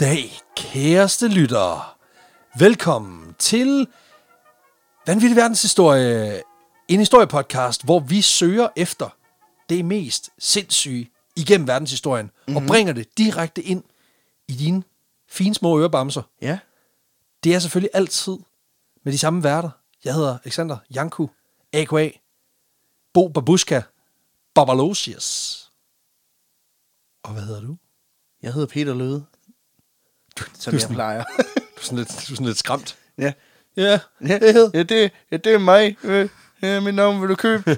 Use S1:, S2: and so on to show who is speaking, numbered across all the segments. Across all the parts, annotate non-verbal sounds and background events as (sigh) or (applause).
S1: dag, kæreste lyttere. Velkommen til Vanvittig Verdenshistorie, en historiepodcast, hvor vi søger efter det mest sindssyge igennem verdenshistorien, mm-hmm. og bringer det direkte ind i dine fine små ørebamser.
S2: Ja.
S1: Det er selvfølgelig altid med de samme værter. Jeg hedder Alexander Janku, A.K.A. Bo Babushka, Babalosius. Og hvad hedder du?
S2: Jeg hedder Peter Løde,
S1: Du, du,
S2: som
S1: er
S2: jeg
S1: sådan,
S2: plejer.
S1: du, er sådan lidt, du er sådan lidt skræmt.
S2: (laughs) ja.
S1: Ja,
S2: Ja, ja, det, ja, det er mig. Øh, Ja, mit navn vil du (laughs) købe.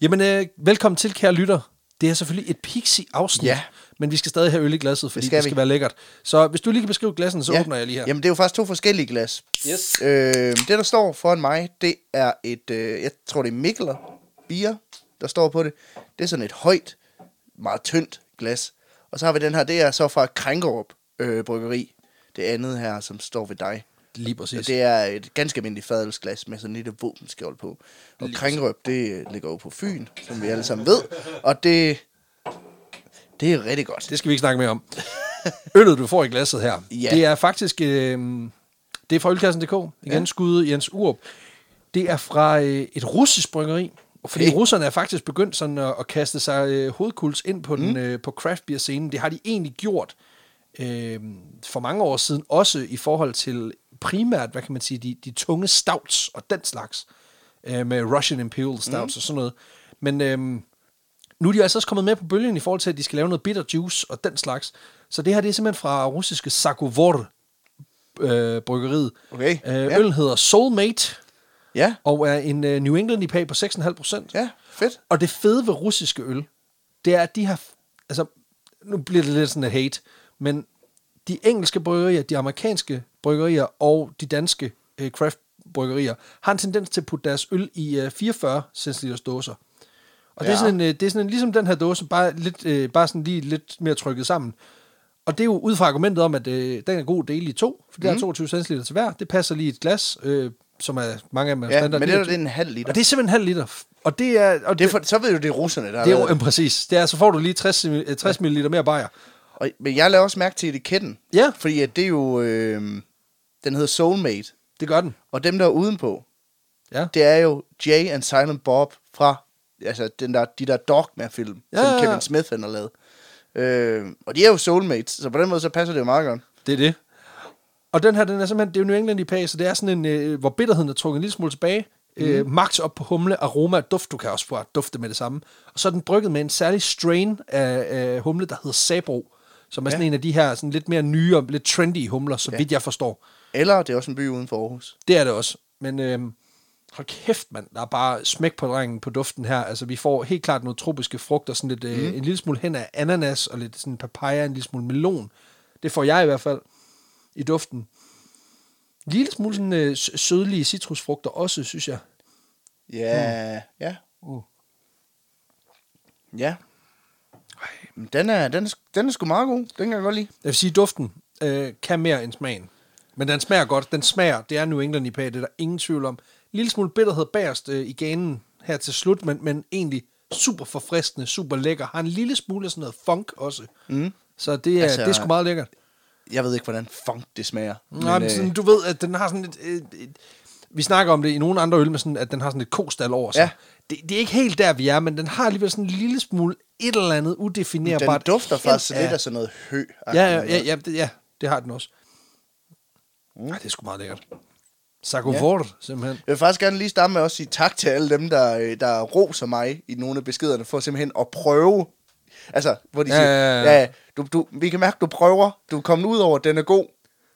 S1: Jamen, øh, velkommen til, kære lytter. Det er selvfølgelig et pixie-afsnit,
S2: Ja.
S1: men vi skal stadig have øl i glasset, fordi det skal,
S2: skal
S1: det skal
S2: vi.
S1: være lækkert. Så hvis du lige kan beskrive glassen, så
S2: ja.
S1: ja. åbner jeg lige her.
S2: Jamen, det er jo faktisk to forskellige glas.
S1: Yes.
S2: Øh, det, der står foran mig, det er et, øh, jeg tror, det er Mikkeler bier, der står på det. Det er sådan et højt, meget tyndt glas. Og så har vi den her, det er så fra Krænkerup øh, Bryggeri. Det andet her, som står ved dig.
S1: Lige
S2: Og
S1: præcis. Det...
S2: det er et ganske almindeligt fadelsglas med sådan en lille våbenskjold på. Og Krængerøb, det øh, ligger jo på Fyn, som vi alle sammen ved. Og det, det er rigtig godt.
S1: det skal vi ikke snakke mere om. Øllet, du får i glasset her,
S2: Ja.
S1: det er faktisk... Øh, det er fra ølkassen.dk. Igen ja. skuddet Jens Urup. Det er fra øh, et russisk bryggeri. Fordi
S2: Okay.
S1: russerne er faktisk begyndt sådan at, at kaste sig øh, hovedkuls ind på, den, øh, på craft beer scenen. Det har de egentlig gjort øh, for mange år siden, også i forhold til primært, hvad kan man sige, de, de tunge stouts og den slags, øh, med Russian Imperial stouts mm. og sådan noget. Men øh, nu er de altså også kommet med på bølgen i forhold til, at de skal lave noget bitter juice og den slags. Så det her, det er simpelthen fra russiske Sagovor øh, bryggeriet.
S2: Okay,
S1: Øh,
S2: ja.
S1: Øl hedder Soulmate,
S2: Ja,
S1: og er en øh, New England IPA på 6,5 procent.
S2: ja, fedt.
S1: Og det fede ved russiske øl, det er, at de har... Altså, nu bliver det lidt sådan et hate, men de engelske bryggerier, de amerikanske bryggerier og de danske øh, craft bryggerier har en tendens til at putte deres øl i øh, 44 centiliters dåser. Og det, er
S2: Ja.
S1: sådan en, øh, det er sådan en, ligesom den her dåse, bare, lidt, øh, bare sådan lige lidt mere trykket sammen. Og det er jo ud fra argumentet om, at øh, den er god del i to, for
S2: Mhm.
S1: det mm. er 22 centiliter til hver. Det passer lige i et glas, øh, som er mange af dem er
S2: Ja,
S1: standard
S2: men det er jo
S1: 29.
S2: en halv liter.
S1: Og det er simpelthen en halv liter. F- Og det er... Og
S2: Det er for, så ved du, det er russerne, der
S1: det er
S2: har
S1: jo
S2: lavet
S1: øh, præcis. Det er, så får du lige 60, mil- øh, 60 ml mere bajer.
S2: Og, men jeg lader også mærke til etiketten.
S1: Ja.
S2: Fordi at det er jo, øh, den hedder Soulmate.
S1: Det gør den.
S2: Og dem, der er udenpå,
S1: Ja.
S2: det er jo Jay and Silent Bob fra altså den der, de der Dogma-film,
S1: Ja,
S2: ja,
S1: ja,
S2: som
S1: ja.
S2: Kevin Smith han har lavet. Øh, og de er jo soulmates, så på den måde så passer det jo meget godt.
S1: Det er det. Og den her, den er simpelthen, det er jo New England IPA, så det er sådan en, øh, hvor bitterheden er trukket en lille smule tilbage. Mm. Øh, max op på humle, aroma og duft, du kan også bare dufte med det samme. Og så er den brygget med en særlig strain af, af humle, der hedder Sabro, som er sådan
S2: Ja.
S1: en af de her sådan lidt mere nye og lidt trendy humler, så ja. vidt jeg forstår.
S2: Eller det er også en by uden for Aarhus.
S1: Det er det også. Men øh, hold kæft, mand. Der er bare smæk på drengen på duften her. Altså, vi får helt klart nogle tropiske frugter. Sådan lidt, øh, mm. en lille smule hen af ananas og lidt sådan papaya, en lille smule melon. Det får jeg i hvert fald i duften. En lille smule sådan, øh, s- sødlige citrusfrugter også, synes jeg.
S2: Ja, mm. ja,
S1: Uh.
S2: ja. Men Den er, den, er, sk- den er sgu meget god. Den kan jeg godt lide.
S1: Jeg vil sige, duften øh, kan mere end smagen. Men den smager godt. Den smager. Det er New England IPA, det er der ingen tvivl om. En lille smule bitterhed bagerst øh, i ganen her til slut, men, men egentlig super forfriskende, super lækker. Har en lille smule af sådan noget funk også. Mm. Så det er, altså,
S2: Altså-
S1: det er sgu meget lækkert.
S2: Jeg ved ikke, hvordan funk det smager. øh,
S1: Nej, men øh, sådan, du ved, at den har sådan et, et, et... Vi snakker om det i nogle andre øl, med sådan, at den har sådan et kostal over sig. Ja.
S2: Ja.
S1: Det, det er ikke helt der, vi er, men den har alligevel sådan en lille smule et eller andet
S2: den
S1: udefinerbart.
S2: dufter
S1: hint
S2: faktisk lidt
S1: af-
S2: af sådan noget hø.
S1: Ja, ja, ja, ja, det, ja, det har den også. Mm. Ej, det er sgu meget lækkert. Sagovor, ja. simpelthen.
S2: Jeg vil faktisk gerne lige starte med at sige tak til alle dem, der, øh, der roser mig i nogle af beskederne, for simpelthen at prøve. Altså, hvor de
S1: Ja,
S2: siger,
S1: ja, ja.
S2: du, du, vi kan mærke, du prøver, du er kommet ud over, den er god,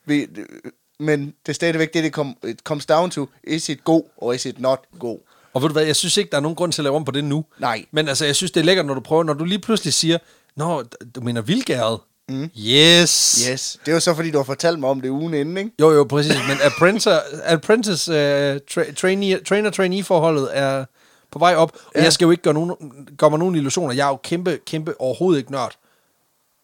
S2: vi, men det er stadigvæk det, det kom, it comes down to, is it god, og is it not god.
S1: Og ved du hvad, jeg synes ikke, der er nogen grund til at lave om på det nu.
S2: Nej.
S1: Men altså, jeg synes, det er lækkert, når du prøver, når du lige pludselig siger, Nå, d- du mener vildgæret. Mm. Yes.
S2: Yes, det er jo så, fordi du har fortalt mig om det ugen inden, ikke?
S1: Jo, jo, præcis. Men apprentice, apprentice uh, tra- trainee, trainer-trainee-forholdet er på vej op. Og ja. jeg skal jo ikke gøre, nogen, gøre mig nogen illusioner. Jeg er jo kæmpe, kæmpe overhovedet ikke nørd.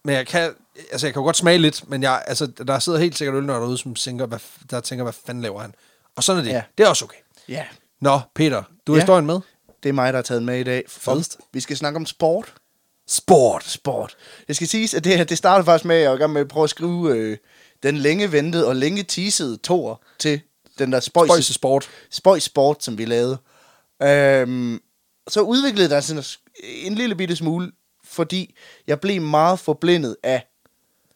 S1: Men jeg kan, altså jeg kan jo godt smage lidt, men jeg, altså, der sidder helt sikkert ølnørder derude, som tænker, hvad, f- der tænker, hvad fanden laver han? Og sådan er det. Ja.
S2: Ja.
S1: Det er også okay.
S2: Ja.
S1: Nå, Peter, du har
S2: Ja.
S1: historien med.
S2: Det er mig, der har taget med i dag. Og
S1: Fedest.
S2: Vi skal snakke om sport.
S1: Sport.
S2: Sport. Det skal siges, at det her, det startede faktisk med, at jeg var i gang med at prøve at skrive øh, den længe ventede og længe teasede toer til den der spøjse
S1: Spøjse sport.
S2: spøjs sport, som vi lavede. Øhm, så udviklede der sådan en lille bitte smule, fordi jeg blev meget forblindet af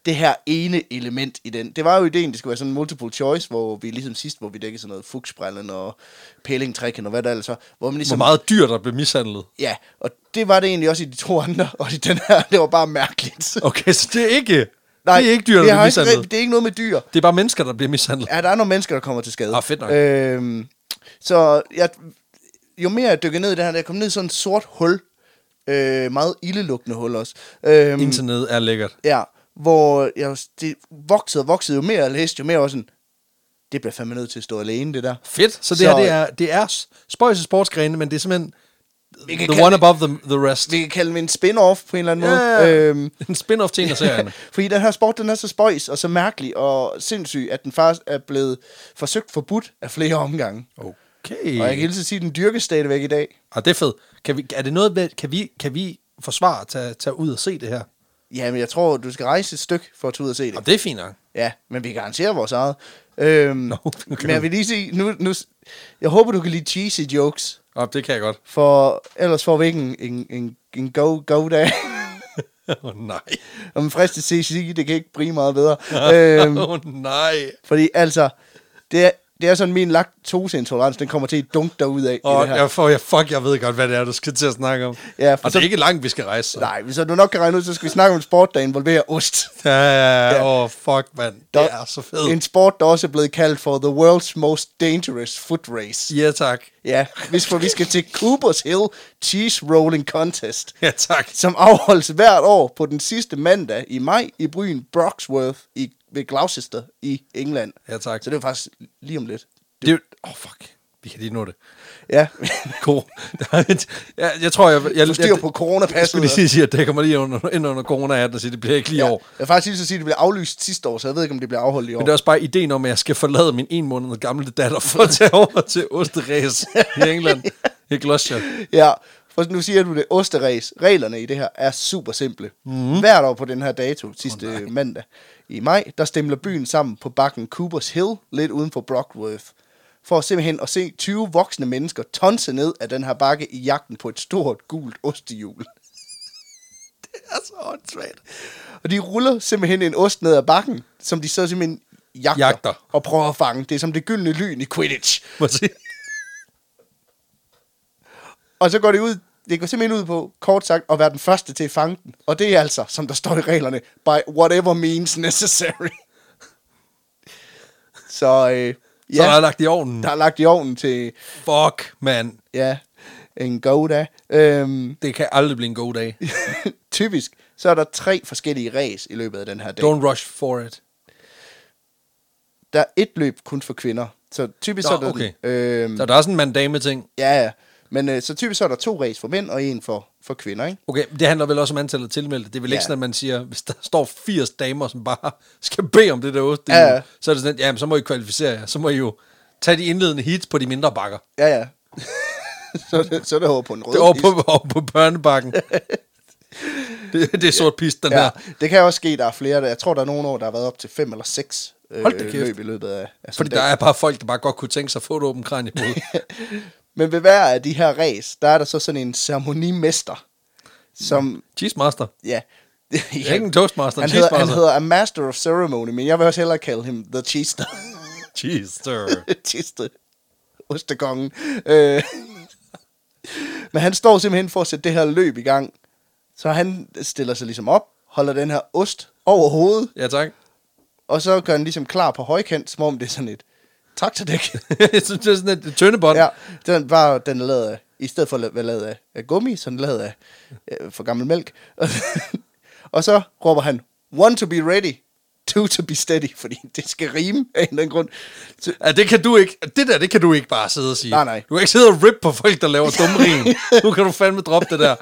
S2: det her ene element i den. Det var jo ideen, det skulle være sådan en multiple choice, hvor vi ligesom sidst, hvor vi dækkede sådan noget fugsprællen og pælingtrækken og hvad der ellers var. Hvor man
S1: Hvor
S2: ligesom,
S1: meget dyr, der blev mishandlet.
S2: Ja, og det var det egentlig også i de to andre, og i den her, det var bare mærkeligt. (laughs)
S1: Okay, så det er ikke, Nej, det er ikke dyr, der
S2: det,
S1: bliver
S2: har ikke,
S1: mishandlet.
S2: det er ikke noget med dyr.
S1: Det er bare mennesker, der bliver mishandlet.
S2: Ja, der er nogle mennesker, der kommer til skade.
S1: Ah, fedt nok.
S2: Øhm, så jeg, jo mere jeg dykker ned i det her, jeg kom ned i sådan et sort hul. Øh, meget ildelugtende hul også. Øhm,
S1: Internet er lækkert.
S2: ja, hvor jeg, jo- det voksede og voksede. Jo mere jeg læste, jo mere jeg var sådan, det bliver fandme nødt til at stå alene, det der.
S1: Fedt. Så det
S2: Så-
S1: her, det er, det er s- spøjse sportsgrene, men det er simpelthen
S2: Vi kan
S1: the
S2: kalde
S1: one
S2: det-
S1: above the, the rest.
S2: Vi kan kalde det en spin-off på en eller anden
S1: Ja,
S2: måde.
S1: ja.
S2: Øhm,
S1: en spin-off til en af serierne.
S2: (laughs) Fordi den her sport, den er så spøjs og så mærkelig og sindssyg, at den faktisk er blevet forsøgt forbudt af flere omgange.
S1: Okay.
S2: Og jeg kan hele tiden sige, at den dyrkes stadigvæk i dag.
S1: Og det er fedt. Kan vi, er det noget, med- kan vi, kan vi forsvare at tage, tage ud og se det her?
S2: Jamen, jeg tror, du skal rejse et stykke for at tage ud og se det.
S1: Og det er fint nok.
S2: Ja, men vi garanterer vores eget. Øhm,
S1: Nå, okay.
S2: Men jeg vil lige sige, nu, nu, jeg håber, du kan lide cheesy jokes,
S1: Og det kan jeg godt.
S2: for ellers får vi ikke en, en, en, en go, go dag.
S1: (laughs)
S2: (laughs)
S1: Åh oh, nej.
S2: Om frist til CC, det kan ikke blive
S1: (laughs)
S2: meget bedre. øhm,
S1: Åh oh, nej.
S2: fordi altså, det er, det er sådan min laktoseintolerance, den kommer til at dunke derud af.
S1: Og jeg, for, jeg, fuck, jeg ved godt, hvad det er, du skal til at snakke om.
S2: Ja, for
S1: og det
S2: så-
S1: er ikke langt, vi skal rejse. Så.
S2: Nej, men så du nok kan regne ud, så skal vi snakke om en sport, der involverer ost.
S1: (laughs) Ja, ja,
S2: Ja.
S1: ja. Åh, fuck, mand.
S2: Der-
S1: Det er så fedt.
S2: En sport, der også er blevet kaldt for the world's most dangerous foot race.
S1: Ja, tak.
S2: Ja, hvis for vi skal til Coopers Hill Cheese Rolling Contest,
S1: Ja, tak.
S2: som afholdes hvert år på den sidste mandag i maj i byen Broxworth i, ved Gloucester i England.
S1: Ja, tak.
S2: Så det er jo faktisk lige om lidt.
S1: Det er jo- Åh, oh, fuck. Vi kan lige nå det. (laughs)
S2: Ja,
S1: God. Der er et- jeg, jeg tror, jeg... jeg
S2: du styrer på coronapasset.
S1: Jeg skulle lige sige, sige, at det kommer lige under, ind under corona-hatten og sige, det bliver ikke lige ja.
S2: Ja,
S1: år.
S2: jeg vil faktisk lige så sige, at det blev aflyst sidste år, så jeg ved ikke, om det bliver afholdt i år.
S1: Men det er også bare ideen om, at jeg skal forlade min en måned gamle datter for at tage over til Osteræs i
S2: (laughs)
S1: England. I Gloucester.
S2: Ja, for nu siger du det, osteræs. Reglerne i det her er super simple. Mm. Hvert år på den her dato, sidste oh, mandag i maj, der stemler byen sammen på bakken Coopers Hill, lidt uden for Brockworth, for simpelthen at se 20 voksne mennesker tonse ned af den her bakke i jagten på et stort gult ostehjul. (laughs)
S1: Det er så åndssvagt.
S2: Og de ruller simpelthen en ost ned ad bakken, som de så simpelthen jagter,
S1: Jagter.
S2: og prøver at fange. Det er som det gyldne lyn i Quidditch.
S1: Må jeg sige?
S2: Og så går det ud, det går simpelthen ud på, kort sagt, at være den første til at fange den. Og det er altså, som der står i reglerne, by whatever means necessary. (laughs) Så øh, ja,
S1: Så er der lagt i ovnen.
S2: der er lagt i ovnen til,
S1: Fuck, mand.
S2: ja, en god dag. Øhm, (laughs)
S1: Det kan aldrig blive en god dag.
S2: typisk, så er der tre forskellige ræs i løbet af den her dag.
S1: Don't rush for it.
S2: Der er et løb kun for kvinder. Så
S1: Nå,
S2: typisk så er der,
S1: okay.
S2: øhm,
S1: Så der er sådan en mandame-ting.
S2: ja, ja. Men øh, så typisk så er der to ræs for mænd og en for, for kvinder, ikke?
S1: Okay, det handler vel også om antallet af tilmeldte. Det er vel
S2: Ja.
S1: ikke sådan, at man siger, hvis der (laughs) står 80 damer, som bare (laughs) skal bede om det der ost, det
S2: Ja,
S1: er
S2: ja.
S1: jo- så er det sådan, at jamen, så må I kvalificere jer. Så må I jo tage de indledende hits på de mindre bakker.
S2: Ja, ja. (laughs) så, er det- så er det over på en rød
S1: Det er over
S2: piste.
S1: på, over på børnebakken.
S2: (laughs)
S1: det, det er sort pis, den ja.
S2: Ja,
S1: her.
S2: det kan også ske, der er flere. der- Jeg tror, der er nogle år, der har været op til fem eller seks øh,
S1: Hold da kæft.
S2: løb i løbet af,
S1: Fordi
S2: af sådan en
S1: der
S2: dag.
S1: er bare folk, der bare godt kunne tænke sig at få et åbent kran i
S2: (laughs)
S1: hovedet.
S2: Men ved hver af de her ræs, der er der så sådan en ceremonimester, som,
S1: Cheese master.
S2: ja...
S1: Det er ikke en toastmaster, en
S2: han hedder, han
S1: cheesemaster.
S2: hedder A Master of Ceremony, men jeg vil også hellere kalde ham The (laughs) Cheester.
S1: Cheese, sir.
S2: Cheester. Ostekongen. Øh. Men han står simpelthen for at sætte det her løb i gang. Så han stiller sig ligesom op, holder den her ost over hovedet,
S1: Ja, tak. (laughs)
S2: Og så gør den ligesom klar på højkant, som om det er sådan et traktordæk.
S1: Jeg synes, det er sådan et tøndebånd.
S2: ja, den var den er lavet af, i stedet for at være lavet af, af gummi, så er den lavet af øh, for gammel mælk. (laughs) og så råber han, one to be ready, two to be steady, fordi det skal rime af en eller anden grund. Så,
S1: Ja, det kan du ikke. Det der, det kan du ikke bare sidde og sige.
S2: Nej, nej.
S1: Du kan ikke sidde og rip på folk, der laver dumme
S2: (laughs)
S1: rim. nu kan du fandme droppe det der.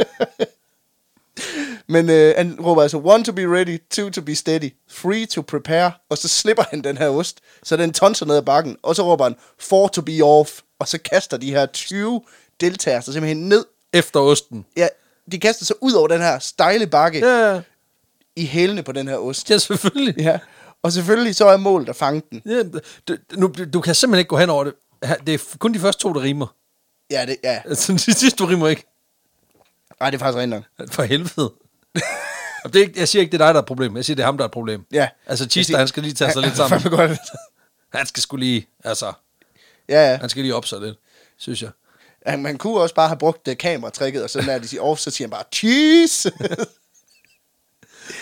S2: men øh, han råber altså, one to be ready, two to be steady, three to prepare, og så slipper han den her ost, så den tonser ned ad bakken, og så råber han, four to be off, og så kaster de her 20 deltagere sig simpelthen ned
S1: Efter osten.
S2: Ja, de kaster sig ud over den her stejle bakke ja.
S1: Ja, ja.
S2: i hælene på den her ost.
S1: ja selvfølgelig.
S2: Ja. Og selvfølgelig så er målet at fange den.
S1: Ja, du, nu, du kan simpelthen ikke gå hen over det. Ha- Det er kun de første to, der rimer.
S2: Ja, det, ja.
S1: Altså, de sidste, du rimer ikke.
S2: Ej, det er faktisk rent nok.
S1: For helvede. Jamen, det er ikke, jeg siger ikke, det er dig, der er et problem. Jeg siger, det er ham, der er et problem.
S2: Ja.
S1: Altså,
S2: Jeg
S1: Chista,
S2: siger-
S1: han skal lige tage sig
S2: (laughs)
S1: lidt sammen.
S2: Fandme godt.
S1: Han skal skulle lige, altså,
S2: Ja, ja.
S1: han skal lige op sig lidt, synes jeg.
S2: Ja, Man kunne også bare have brugt uh, kameratrikket, og så når de siger off, så siger han bare, cheese!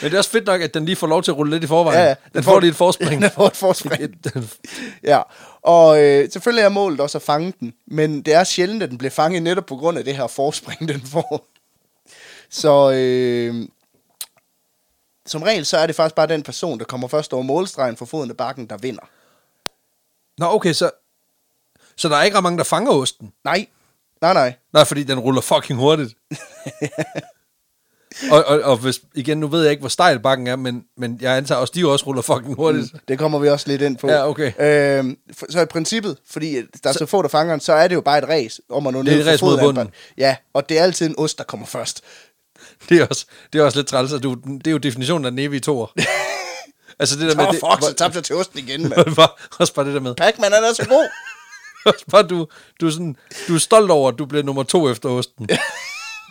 S1: Men det er også fedt nok, at den lige får lov til at rulle lidt i forvejen.
S2: Ja,
S1: Ja,
S2: ja.
S1: ja. Den, den får lige et forspring.
S2: (laughs) Den får et forspring.
S1: Et- et-
S2: (laughs) ja, og øh, selvfølgelig er målet også at fange den, men det er sjældent, at den bliver fanget netop på grund af det her forspring, (laughs) den får. Så øh, som regel, så er det faktisk bare den person, der kommer først over målstregen for foden af bakken, der vinder.
S1: Nå, okay, så... Så der er ikke ret mange, der fanger osten?
S2: Nej, nej, nej.
S1: Nej, fordi den ruller fucking
S2: (laughs)
S1: hurtigt. og, og, og hvis, igen, nu ved jeg ikke, hvor stejl bakken er, men, men jeg antager også, de også ruller fucking hurtigt.
S2: Det kommer vi også lidt ind på.
S1: Ja, okay.
S2: Øhm, for, så i princippet, fordi at der er så, få, der fanger den, så er det jo bare et ræs om at nå ned
S1: et
S2: for
S1: ræs mod
S2: foden af
S1: bunden.
S2: den. Ja, og det er altid en ost, der kommer først.
S1: (laughs) Det er også, det er også lidt træls, at du, det er jo definitionen af den evige
S2: (laughs)
S1: toer. altså det der
S2: Åh,
S1: med...
S2: oh,
S1: det-
S2: fuck, så
S1: hvor-
S2: tabte jeg til osten igen, mand.
S1: Bare, også bare det der med.
S2: Pac-Man han er så god.
S1: Også bare, du, du, er sådan, du er stolt over, at du bliver nummer to efter osten.
S2: (laughs)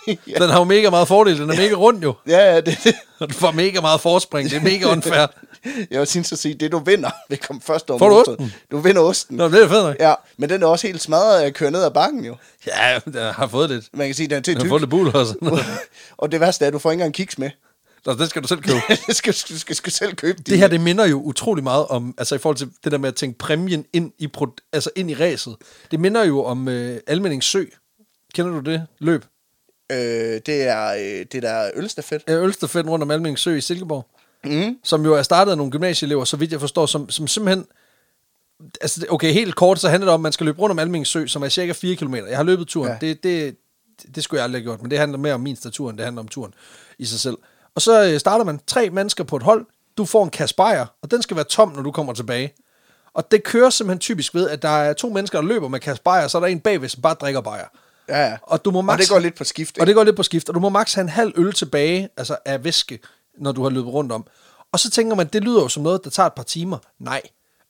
S2: ja,
S1: Den har jo mega meget fordel. Den er mega rund jo.
S2: ja, det, det.
S1: Og du får mega meget forspring. Det er mega unfair.
S2: (laughs) Jeg vil sige, at sige, det du vinder, (laughs) det kom først over
S1: Får du
S2: motoren. Du vinder osten.
S1: Nå, men det er fedt nok.
S2: Ja, men den er også helt smadret af at køre ned ad bakken jo.
S1: Ja, jeg har fået lidt.
S2: Man kan sige, den er til
S1: Jeg har
S2: tyk.
S1: fået lidt buler
S2: (laughs)
S1: og sådan noget.
S2: og det værste er, at du får ikke engang kiks med. (laughs)
S1: Nå, den skal du selv købe.
S2: du skal, skal, skal, skal selv købe
S1: Det her, det minder jo utrolig meget om, altså i forhold til det der med at tænke præmien ind i, pro, altså ind i ræset. Det minder jo om øh, Almindings Sø. Kender du det løb?
S2: Øh, det er øh, det der ølstafet.
S1: øh, Ølstafetten rundt om Almindings Sø i Silkeborg,
S2: Mm.
S1: som jo er startet af nogle gymnasieelever, så vidt jeg forstår, som, som simpelthen... Altså, det- okay, helt kort, så handler det om, at man skal løbe rundt om Almindings Sø, som er cirka 4 km. Jeg har løbet turen.
S2: Ja.
S1: Ja. Det, det, det skulle jeg aldrig have gjort, men det handler mere om min statur, end det handler om turen i sig selv. Og så øh, starter man tre mennesker på et hold. Du får en kasse bajer, og den skal være tom, når du kommer tilbage. Og det kører simpelthen typisk ved, at der er to mennesker, der løber med kasse bajer, og så er der en bagved, som bare drikker bajer.
S2: Ja, ja.
S1: Og du må
S2: Og
S1: max
S2: det går lidt på skift.
S1: og det går lidt på skift, og du må maks have en halv øl tilbage, altså af væske, når du har løbet rundt om. Og så tænker man, det lyder jo som noget, der tager et par timer. Nej.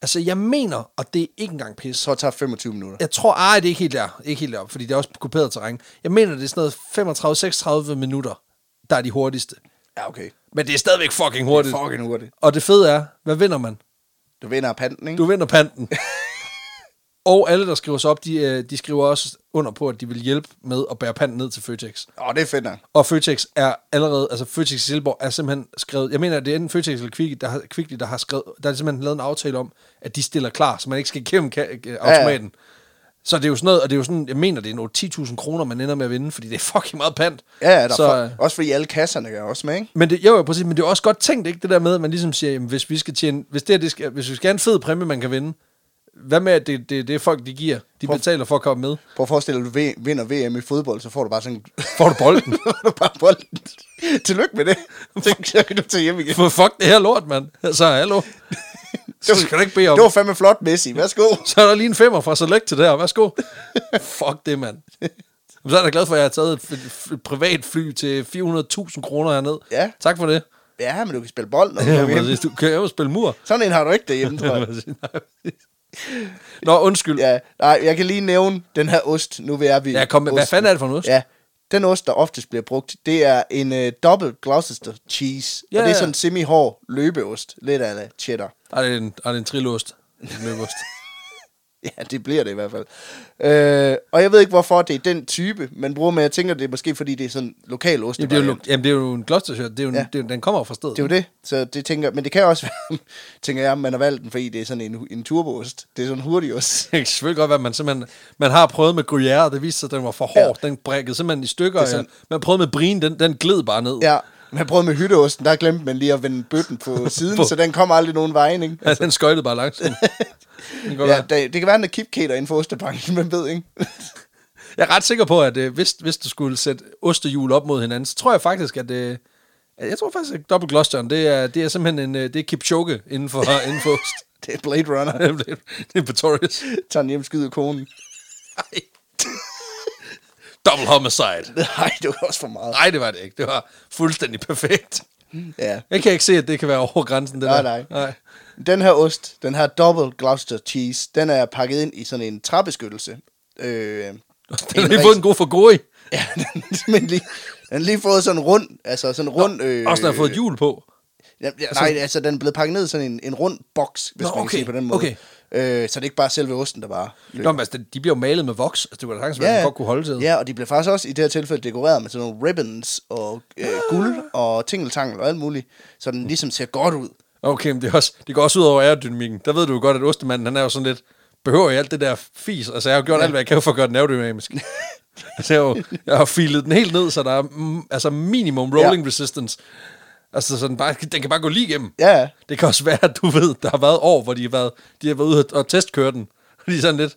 S1: Altså, jeg mener, og det er ikke engang pis.
S2: Så tager 25 minutter.
S1: Jeg tror, ej, det er ikke helt der, ikke helt der, fordi det er også kuperet terræn. Jeg mener, det er sådan noget 35-36 minutter, der er de hurtigste.
S2: Ja, okay.
S1: Men det er stadigvæk fucking hurtigt.
S2: Fucking hurtigt.
S1: Og det fede er, hvad vinder man?
S2: Du vinder af panden, ikke?
S1: Du vinder (laughs) panten. og alle, der skriver sig op, de, øh, de skriver også under på, at de vil hjælpe med at bære panten ned til Føtex.
S2: Åh, det er fedt nok.
S1: Og Føtex er allerede, altså Føtex i Silborg er simpelthen skrevet, jeg mener, at det er enten Føtex eller Kvickly, der har, Kvickly, der har skrevet, der er simpelthen lavet en aftale om, at de stiller klar, så man ikke skal igennem ka- øh, automaten. Ja, Så det er jo sådan noget, og det er jo sådan, jeg mener, det er 8-10.000 kroner, man ender med at vinde, fordi det er fucking meget pant.
S2: Ja, ja, der
S1: så, øh,
S2: så... for, også fordi alle kasserne er også med, ikke?
S1: men det, jo, jo, præcis, men det er jo også godt tænkt, ikke? Det der med, at man ligesom siger, jamen, hvis vi skal tjene, hvis, det, her, det skal, hvis vi skal have en fed præmie, man kan vinde, hvad med, at det, det, det er folk, de giver, de betaler for at komme med?
S2: Prøv at forestille dig, at du v- vinder VM i fodbold, så får du bare sådan... (laughs)
S1: Får du bolden?
S2: får du bare bolden. Tillykke med det. Så- Så kan du tage hjem igen.
S1: For fuck det her lort, mand. Altså, hallo. Så skal du ikke bede om.
S2: Det var fandme flot, Messi. Værsgo.
S1: Så er der lige en femmer fra Select til der. Værsgo. Fuck det, mand. Jamen, Så er jeg da glad for, at jeg har taget et, f- et privat fly til 400.000 kroner herned.
S2: Ja.
S1: Tak for det.
S2: Ja, men du kan spille
S1: (laughs)
S2: bold, når du
S1: Ja,
S2: kommer hjem.
S1: præcis. du kan jo spille mur.
S2: Sådan en har du ikke derhjemme, tror
S1: Ja,
S2: jeg.
S1: præcis. Nej, præcis. (laughs) Nå, undskyld. Ja,
S2: Ja, nej, jeg kan lige nævne den her ost. Nu vil jeg vi.
S1: ja kom med. Hvad
S2: osten.
S1: fanden er det for en ost?
S2: Ja, den ost, der oftest bliver brugt, det er en øh, dobbelt Gloucester cheese. Ja,
S1: Ja,
S2: og det er
S1: ja.
S2: sådan en semi-hård løbeost. Lidt af cheddar. (laughs)
S1: Ej, det er en, ej, det er en trilleost. En løbeost.
S2: Ja, det bliver det i hvert fald. Øh, og jeg ved ikke, hvorfor det er den type, man bruger, men jeg tænker, det er måske, fordi det er sådan lokal ost.
S1: Jamen, det er jo, lo- jamen, det er jo en Gloucestershire. Det er jo en,
S2: Ja.
S1: ja. det er, jo- den kommer jo fra stedet.
S2: det er jo det, så det tænker, men det kan også være, (laughs) tænker jeg, man har valgt den, fordi det er sådan en, en turboost. Det er sådan en hurtig ost.
S1: Det kan selvfølgelig godt være, at man simpelthen man har prøvet med Gruyère, og det viste sig, at den var for hård. Den brækkede simpelthen i stykker.
S2: sådan-
S1: Sådan... Man prøvede med Brien, den, den gled bare ned.
S2: Ja, man prøvede med hytteosten, der glemte man lige at vende bøtten
S1: (laughs)
S2: på siden,
S1: På-
S2: så den kom aldrig nogen vejen, ikke?
S1: Ja, (laughs) den skøjtede bare
S2: (laughs)
S1: langsomt. Den går
S2: Ja,
S1: ja,
S2: det, det kan være, den er kipkater inden for ostebranchen, (laughs) man ved, ikke?
S1: jeg er ret sikker på, at øh, hvis, hvis du skulle sætte ostehjul op mod hinanden, så tror jeg faktisk, at... Øh, jeg tror faktisk, at Double Glosteren, det er, det er simpelthen en, øh, det er Kipchoge inden for, (laughs) inden for ost.
S2: Det er Blade Runner. (laughs)
S1: det, er- det er Pretorius.
S2: Tager den hjem, skyder konen.
S1: Ej. (laughs) Double homicide.
S2: (laughs) Nej, det var også for meget.
S1: Nej, det var det ikke. Det var fuldstændig perfekt.
S2: Ja.
S1: Jeg kan ikke se, at det kan være over grænsen, det
S2: Nej,
S1: der.
S2: nej.
S1: nej.
S2: Den her ost, den her double Gloucester cheese, den er pakket ind i sådan en træbeskyttelse. Øh,
S1: (laughs) Den har lige fået en god for gode i.
S2: (laughs) Ja, den, men lige, den har lige fået sådan en rund, altså sådan en rund... øh,
S1: Også når jeg har fået et hjul på.
S2: Ja, ja, nej, altså den er blevet pakket ned i sådan en, en rund boks, hvis
S1: Nå,
S2: Nå, man kan
S1: okay,
S2: sige på den måde.
S1: okay.
S2: Øh, så det er ikke bare selve osten, der bare...
S1: Nå, men altså, de bliver jo malet med voks. Altså, det var da sagtens, at man godt kunne holde til.
S2: ja, og de blev faktisk også i det her tilfælde dekoreret med sådan nogle ribbons og øh,
S1: Ah.
S2: guld og tingeltangel og alt muligt, så
S1: Mm.
S2: den ligesom ser godt ud.
S1: Okay, men det, er også, det går også ud over aerodynamikken. Der ved du jo godt, at ostemanden, han er jo sådan lidt, behøver jeg alt det der fis? Altså, jeg har jo gjort ja. alt, hvad jeg kan for at gøre den (laughs) aerodynamisk. altså, jeg har, jo, jeg har filet den helt ned, så der er mm, altså minimum rolling ja. resistance. Altså, så den, bare, den kan bare gå lige igennem.
S2: Ja, ja.
S1: Det kan også være, at du ved, der har været år, hvor de har været, de har været ude og testkøre den. Og de er sådan lidt,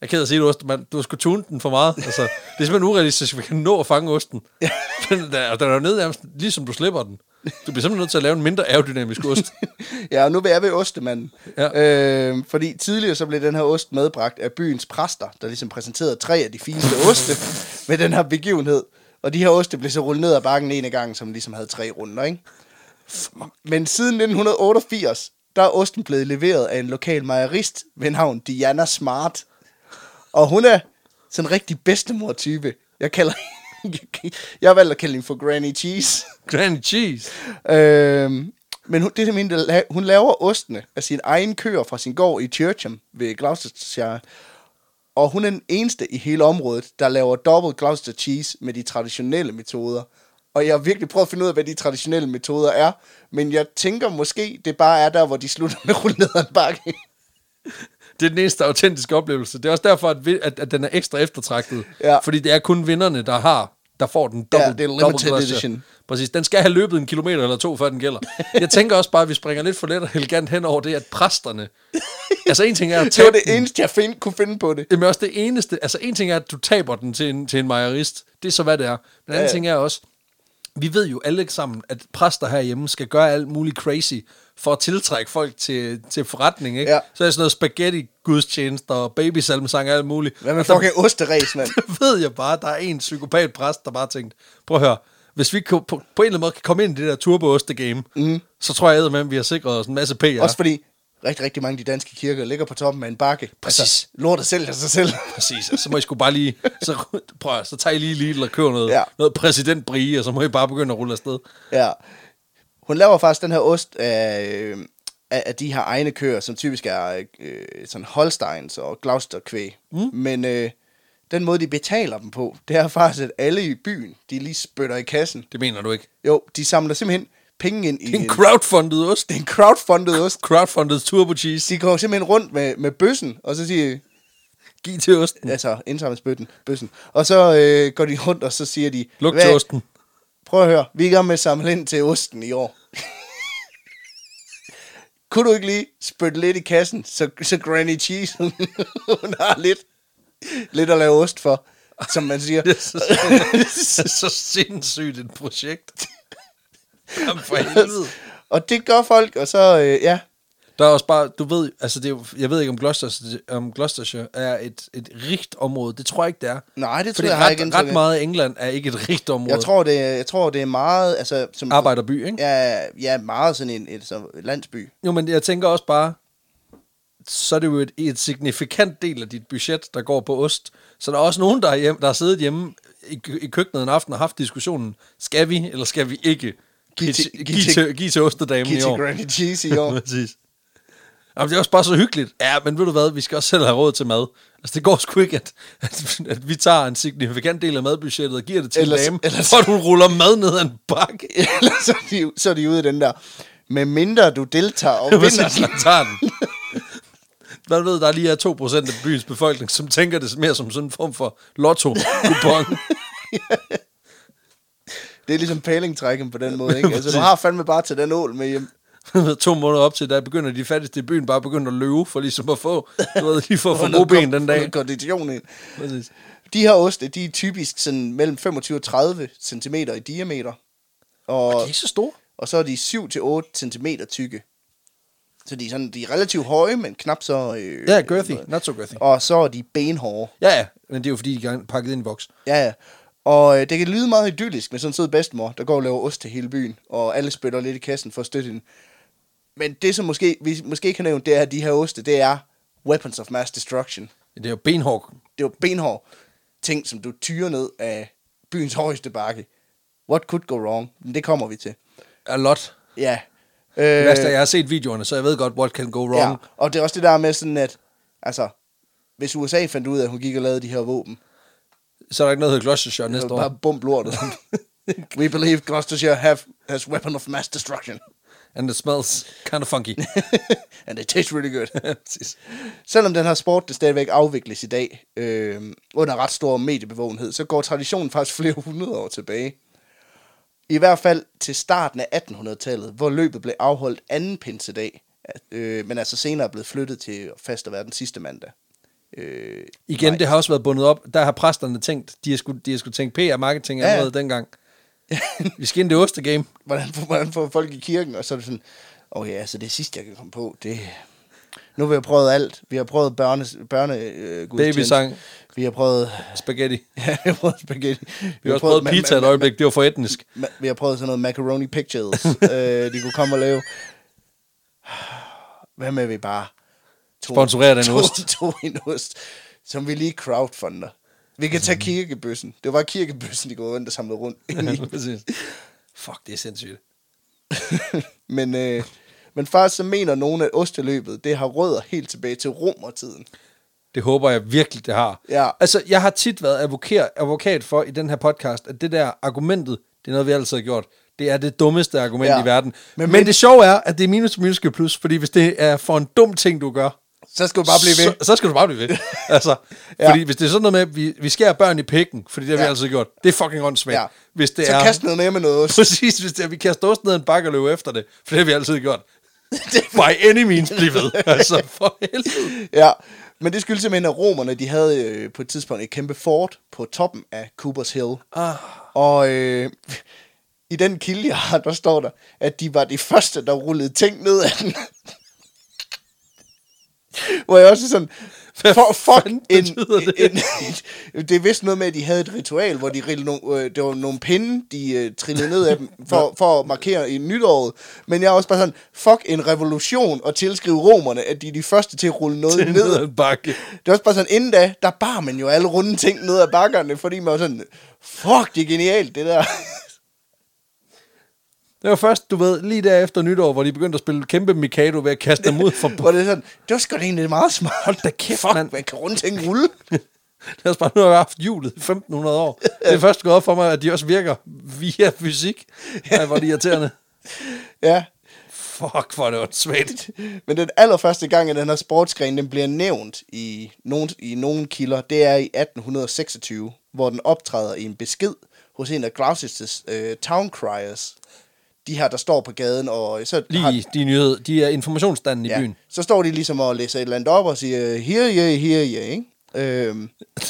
S1: jeg er ked af at sige det, Ostemand, du har sgu tune den for meget. Altså, det er simpelthen urealistisk, at vi kan nå at fange osten. (laughs) den, den, er, den er jo nede nærmest, ligesom du slipper den. Du bliver simpelthen nødt til at lave en mindre aerodynamisk ost.
S2: (laughs) ja, og nu vil jeg ved ostemanden.
S1: Ja.
S2: Øh, fordi tidligere så blev den her ost medbragt af byens præster, der ligesom præsenterede tre af de fineste oste med den her begivenhed. Og de her oste blev så rullet ned ad bakken en af gangen, som ligesom havde tre runder, ikke? Men siden 1988, der er osten blevet leveret af en lokal mejerist ved navn Diana Smart. Og hun er sådan en rigtig bedstemor-type. Jeg kalder (laughs) jeg har valgt at kalde hende for Granny Cheese.
S1: Granny cheese.
S2: Øhm, men hun, det er simpelthen, der la- hun laver ostene af sin egen køer fra sin gård i Churcham ved Gloucestershire. Og hun er den eneste i hele området, der laver dobbelt Gloucester cheese med de traditionelle metoder. Og jeg har virkelig prøvet at finde ud af, hvad de traditionelle metoder er. Men jeg tænker måske, det bare er der, hvor de slutter med rullede bakke.
S1: Det er den eneste autentiske oplevelse. Det er også derfor, at, vi, at, at den er ekstra eftertragtet.
S2: Ja.
S1: Fordi det er kun vinderne, der har der får den dobbelt,
S2: Ja, det er limited
S1: dobbelt cluster.
S2: edition.
S1: Præcis. Den skal have løbet en kilometer eller to, før den gælder. Jeg tænker også bare, at vi springer lidt for let og elegant hen over det, at
S2: (laughs)
S1: præsterne... altså en ting er at
S2: Det var
S1: tabe
S2: det
S1: den.
S2: eneste, jeg find, kunne finde på det.
S1: Jamen også det eneste... Altså en ting er, at du taber den til en, til en mejerist. Det er så, hvad det er. Den anden
S2: Ja,
S1: ja.
S2: ja.
S1: ting er også... Vi ved jo alle sammen, at præster herhjemme skal gøre alt muligt crazy for at tiltrække folk til, til forretning, ikke?
S2: Ja.
S1: Så er det sådan noget spaghetti-gudstjenester og babysalmesang og alt muligt.
S2: Hvad med
S1: Og der-
S2: fucking osteræs, mand?
S1: det ved jeg bare, (laughs) der er en psykopat præst, der bare tænkte, prøv at høre, hvis vi kan- på, på en eller anden måde kan komme ind i det der turbo game mm. så tror jeg, at vi har sikret os en masse PR.
S2: Mhm. Også fordi rigtig, rigtig mange af de danske kirker ligger på toppen af en bakke.
S1: Præcis.
S2: Altså, lortet sælger sig selv. (laughs)
S1: Præcis, og så må I sgu bare lige, så, (laughs) prøv at, høre, så tager I lige Lidl og køber noget, ja.
S2: Ja.
S1: noget præsident Brie, og så må I bare begynde at rulle afsted.
S2: Ja. Hun laver faktisk den her ost af, øh, af, af de her egne køer, som typisk er øh, sådan Holsteins og Gloucester kvæg. Mm. Men øh, den måde, de betaler dem på, det er faktisk, at alle i byen, de lige spytter i kassen.
S1: Det mener du ikke.
S2: Jo, de samler simpelthen penge ind i
S1: En crowdfundet ost.
S2: det er en crowdfundet ost.
S1: Crowdfundet turbo cheese.
S2: De går simpelthen rundt med, med bøssen, og så siger de,
S1: Giv til osten.
S2: altså indsamlingsbøtten, bøssen. Og så øh, går de rundt, og så siger de,
S1: Luk
S2: "Hvad-
S1: til
S2: (laughs)
S1: osten.
S2: Prøv at høre, vi er i gang med at samle ind til osten i år. Kunne du ikke lige spytte lidt i kassen, så, så Granny Cheese, hun, hun har lidt, lidt at lave ost for, som man siger.
S1: Det er så, det
S2: (laughs)
S1: er så sindssygt et projekt. Jamen for helvede.
S2: og det gør folk, og så, øh, ja,
S1: Der er også bare, du ved, altså det er, jo- jeg ved ikke om Gloucestershire, om Gloucestershire er et, et rigt område. Det tror jeg ikke, det er.
S2: Nej, det
S1: Fordi
S2: tror jeg
S1: ret,
S2: ikke, indtryk
S1: ret
S2: af.
S1: meget af England er ikke et rigt område.
S2: jeg tror, det, er- jeg tror, det er meget, altså, som,
S1: Arbejderby, ikke?
S2: ja, ja, meget sådan en et, så, landsby.
S1: Jo, men jeg tænker også bare, så er det jo et, et signifikant del af dit budget, der går på ost. Så der er også nogen, der, er hjem, der har siddet hjemme i, kø- i køkkenet en aften og haft diskussionen, skal vi eller skal vi ikke give
S2: til-
S1: til,
S2: give
S1: give
S2: til-
S1: til, give til ostedamen
S2: Kitty
S1: i år?
S2: Granny Cheese i (laughs) år.
S1: (laughs) Præcis. Jamen, det er også bare så hyggeligt. Ja, men ved du hvad, vi skal også selv have råd til mad. Altså, det går sgu ikke, at, at, at vi tager en signifikant del af madbudgettet og giver det til
S2: Ellers-
S1: ellers, en dame,
S2: ellers-
S1: ellers. for at hun ruller mad ned ad en bakke.
S2: Ellers så er, de, så er de ude i den der, med mindre du deltager og
S1: Hvis
S2: vinder.
S1: ikke man tager den. Man ved, der lige er 2% af byens befolkning, som tænker det mere som sådan en form for lotto kupon
S2: Det er ligesom palingtrækken på
S1: (laughs)
S2: den måde, ikke? Altså, du har fandme bare til den ål med hjem.
S1: to måneder op til, der begynder de fattigste i byen bare begynder at løbe, for ligesom at få, du ved, lige for at få
S2: Og noget
S1: moben
S2: kon-
S1: den
S2: og
S1: dag.
S2: noget kondition ind.
S1: Præcis.
S2: De her oste, de er typisk sådan mellem 25 og 30 cm i diameter. Og,
S1: De er ikke så store.
S2: og så er de 7-8 cm tykke. Så de er, sådan, de er relativt høje, men knap så... Øh,
S1: Ja, girthy. Not so girthy.
S2: Og så er de benhårde.
S1: Ja, ja. Men det er jo fordi, de gerne pakket ind i en boks.
S2: Ja, ja. Og øh, det kan lyde meget idyllisk med sådan en sød bedstemor, der går og laver ost til hele byen, og alle spytter lidt i kassen for at støtte hende. Men det, som måske, vi måske kan nævne, det er, at de her oste, det er weapons of mass destruction.
S1: Det er jo benhård.
S2: Det er jo benhård ting, som du tyrer ned af byens højeste bakke. What could go wrong? Men det kommer vi til.
S1: A lot.
S2: Ja.
S1: Øh,
S2: Øh,
S1: Værst, er, jeg har set videoerne, så jeg ved godt, what can go wrong.
S2: Ja, og det er også det der med sådan, at altså, hvis USA fandt ud af, at hun gik og lavede de her våben,
S1: Så er der ikke noget, der hedder Gloucestershire
S2: så
S1: næste år.
S2: bare bum
S1: (laughs)
S2: lortet. We believe Gloucestershire have, has weapon of mass
S1: (laughs)
S2: destruction.
S1: And it smells kind of funky.
S2: And it tastes really good.
S1: Præcis.
S2: Selvom den her sport det stadigvæk afvikles i dag, øh, under ret stor mediebevågenhed, så går traditionen faktisk flere hundrede år tilbage. I hvert fald til starten af 1800-tallet, hvor løbet blev afholdt anden pinsedag, øh, men altså senere blev flyttet til fast at være den sidste mandag. Øh,
S1: Igen, det har også været bundet op. Der har præsterne tænkt, de har skulle, de har skulle tænke PR, marketing og
S2: Ja, ja.
S1: ja. noget
S2: (laughs)
S1: dengang. Vi skal ind i det ostegame.
S2: hvordan, får- hvordan får folk i kirken? Og så er det sådan, okay, altså det sidste, jeg kan komme på, det... Nu har vi prøvet alt. Vi har prøvet børne, børne øh,
S1: Babysang.
S2: Vi har prøvet... (laughs)
S1: Spaghetti.
S2: Ja, vi har prøvet spaghetti.
S1: Vi har også prøvet pizza et øjeblik, det var for
S2: (laughs)
S1: etnisk.
S2: Ma- Vi har prøvet sådan noget macaroni
S1: (laughs)
S2: pictures, øh, de kunne komme og lave. Hvad med, at vi bare tog,
S1: Sponsorerede den ost.
S2: tog en ost, som vi lige crowdfunder. Vi kan
S1: Altså.
S2: tage kirkebøssen. Det var kirkebøssen, de går rundt og samlede rundt.
S1: (laughs)
S2: inde i.
S1: Præcis. Fuck, det er sindssygt.
S2: (laughs) men, øh, men faktisk så mener nogen, at osteløbet det har rødder helt tilbage til romertiden.
S1: Det håber jeg virkelig, det har.
S2: Ja.
S1: Altså, jeg har tit været advokat, advokat for i den her podcast, at det der argumentet, det er noget, vi altid har gjort. Det er det dummeste argument
S2: Ja.
S1: ja. i verden.
S2: Men-
S1: Men, men,
S2: men-
S1: men det sjove er, at det er minus minus giver plus, fordi hvis det er for en dum ting, du gør,
S2: Så skal du bare blive ved.
S1: Så, så skal du bare blive
S2: (laughs)
S1: ved. altså,
S2: Ja.
S1: ja. Fordi hvis det er sådan noget med, at vi, vi skærer børn i pikken, fordi det har vi
S2: Ja.
S1: altid gjort, det er fucking åndssvagt.
S2: Ja.
S1: Ja. Hvis det
S2: så
S1: er...
S2: kast noget mere med noget ost.
S1: (laughs)
S2: (laughs)
S1: Præcis, hvis det er, at vi kaster ost ned ad en bakke og løber efter det, for det har vi altid
S2: (laughs)
S1: gjort. By any means, bliv ved. Altså, for helvede.
S2: ja, men det skyldes simpelthen, at romerne de havde øh, på et tidspunkt et kæmpe fort på toppen af Coopers Hill.
S1: Ah.
S2: Og øh, i den kilde, jeg har, der står der, at de var de første, der rullede ting ned af den. Hvor jeg også er sådan,
S1: Hvad
S2: for, fuck,
S1: fanden
S2: en, en,
S1: betyder det?
S2: en, det er vist noget med, at de havde et ritual, hvor de rillede nogle, øh, det var nogle pinde, de øh, trillede ned af
S1: (laughs)
S2: dem, for, for at markere i nytåret. Men jeg er også bare sådan, fuck en revolution, og tilskrive romerne, at de er de første til at rulle noget ned
S1: Ned ad en bakke.
S2: det er også bare sådan, inden da, der bar man jo alle runde ting ned ad bakkerne, fordi man var sådan, fuck, det er genialt, det der. (laughs)
S1: Det var først, du ved, lige der efter nytår, hvor de begyndte at spille kæmpe Mikado ved at kaste dem ud
S2: (laughs)
S1: fra
S2: Hvor det er sådan, det var sgu da egentlig meget smart. (laughs)
S1: Hold da kæft,
S2: fuck,
S1: mand.
S2: man kan runde ting rulle. (laughs)
S1: Lad os bare nu har jeg haft julet i 1500 år. Det er først gået op for mig, at de også virker via fysik. Ej, hvor er det irriterende.
S2: ja,
S1: Fuck, hvor er det åndssvagt.
S2: men den allerførste gang, at den her sportsgren, den bliver nævnt i nogen, i nogen kilder, det er i 1826, hvor den optræder i en besked hos en af Gloucesters øh, town criers. De her, der står på gaden, og så har
S1: Lige de nyheder, de er informationsstanden i
S2: ja,
S1: byen.
S2: Så står de ligesom og læser et eller andet op og siger, here, yeah, here, yeah, ikke? Øhm, Ja.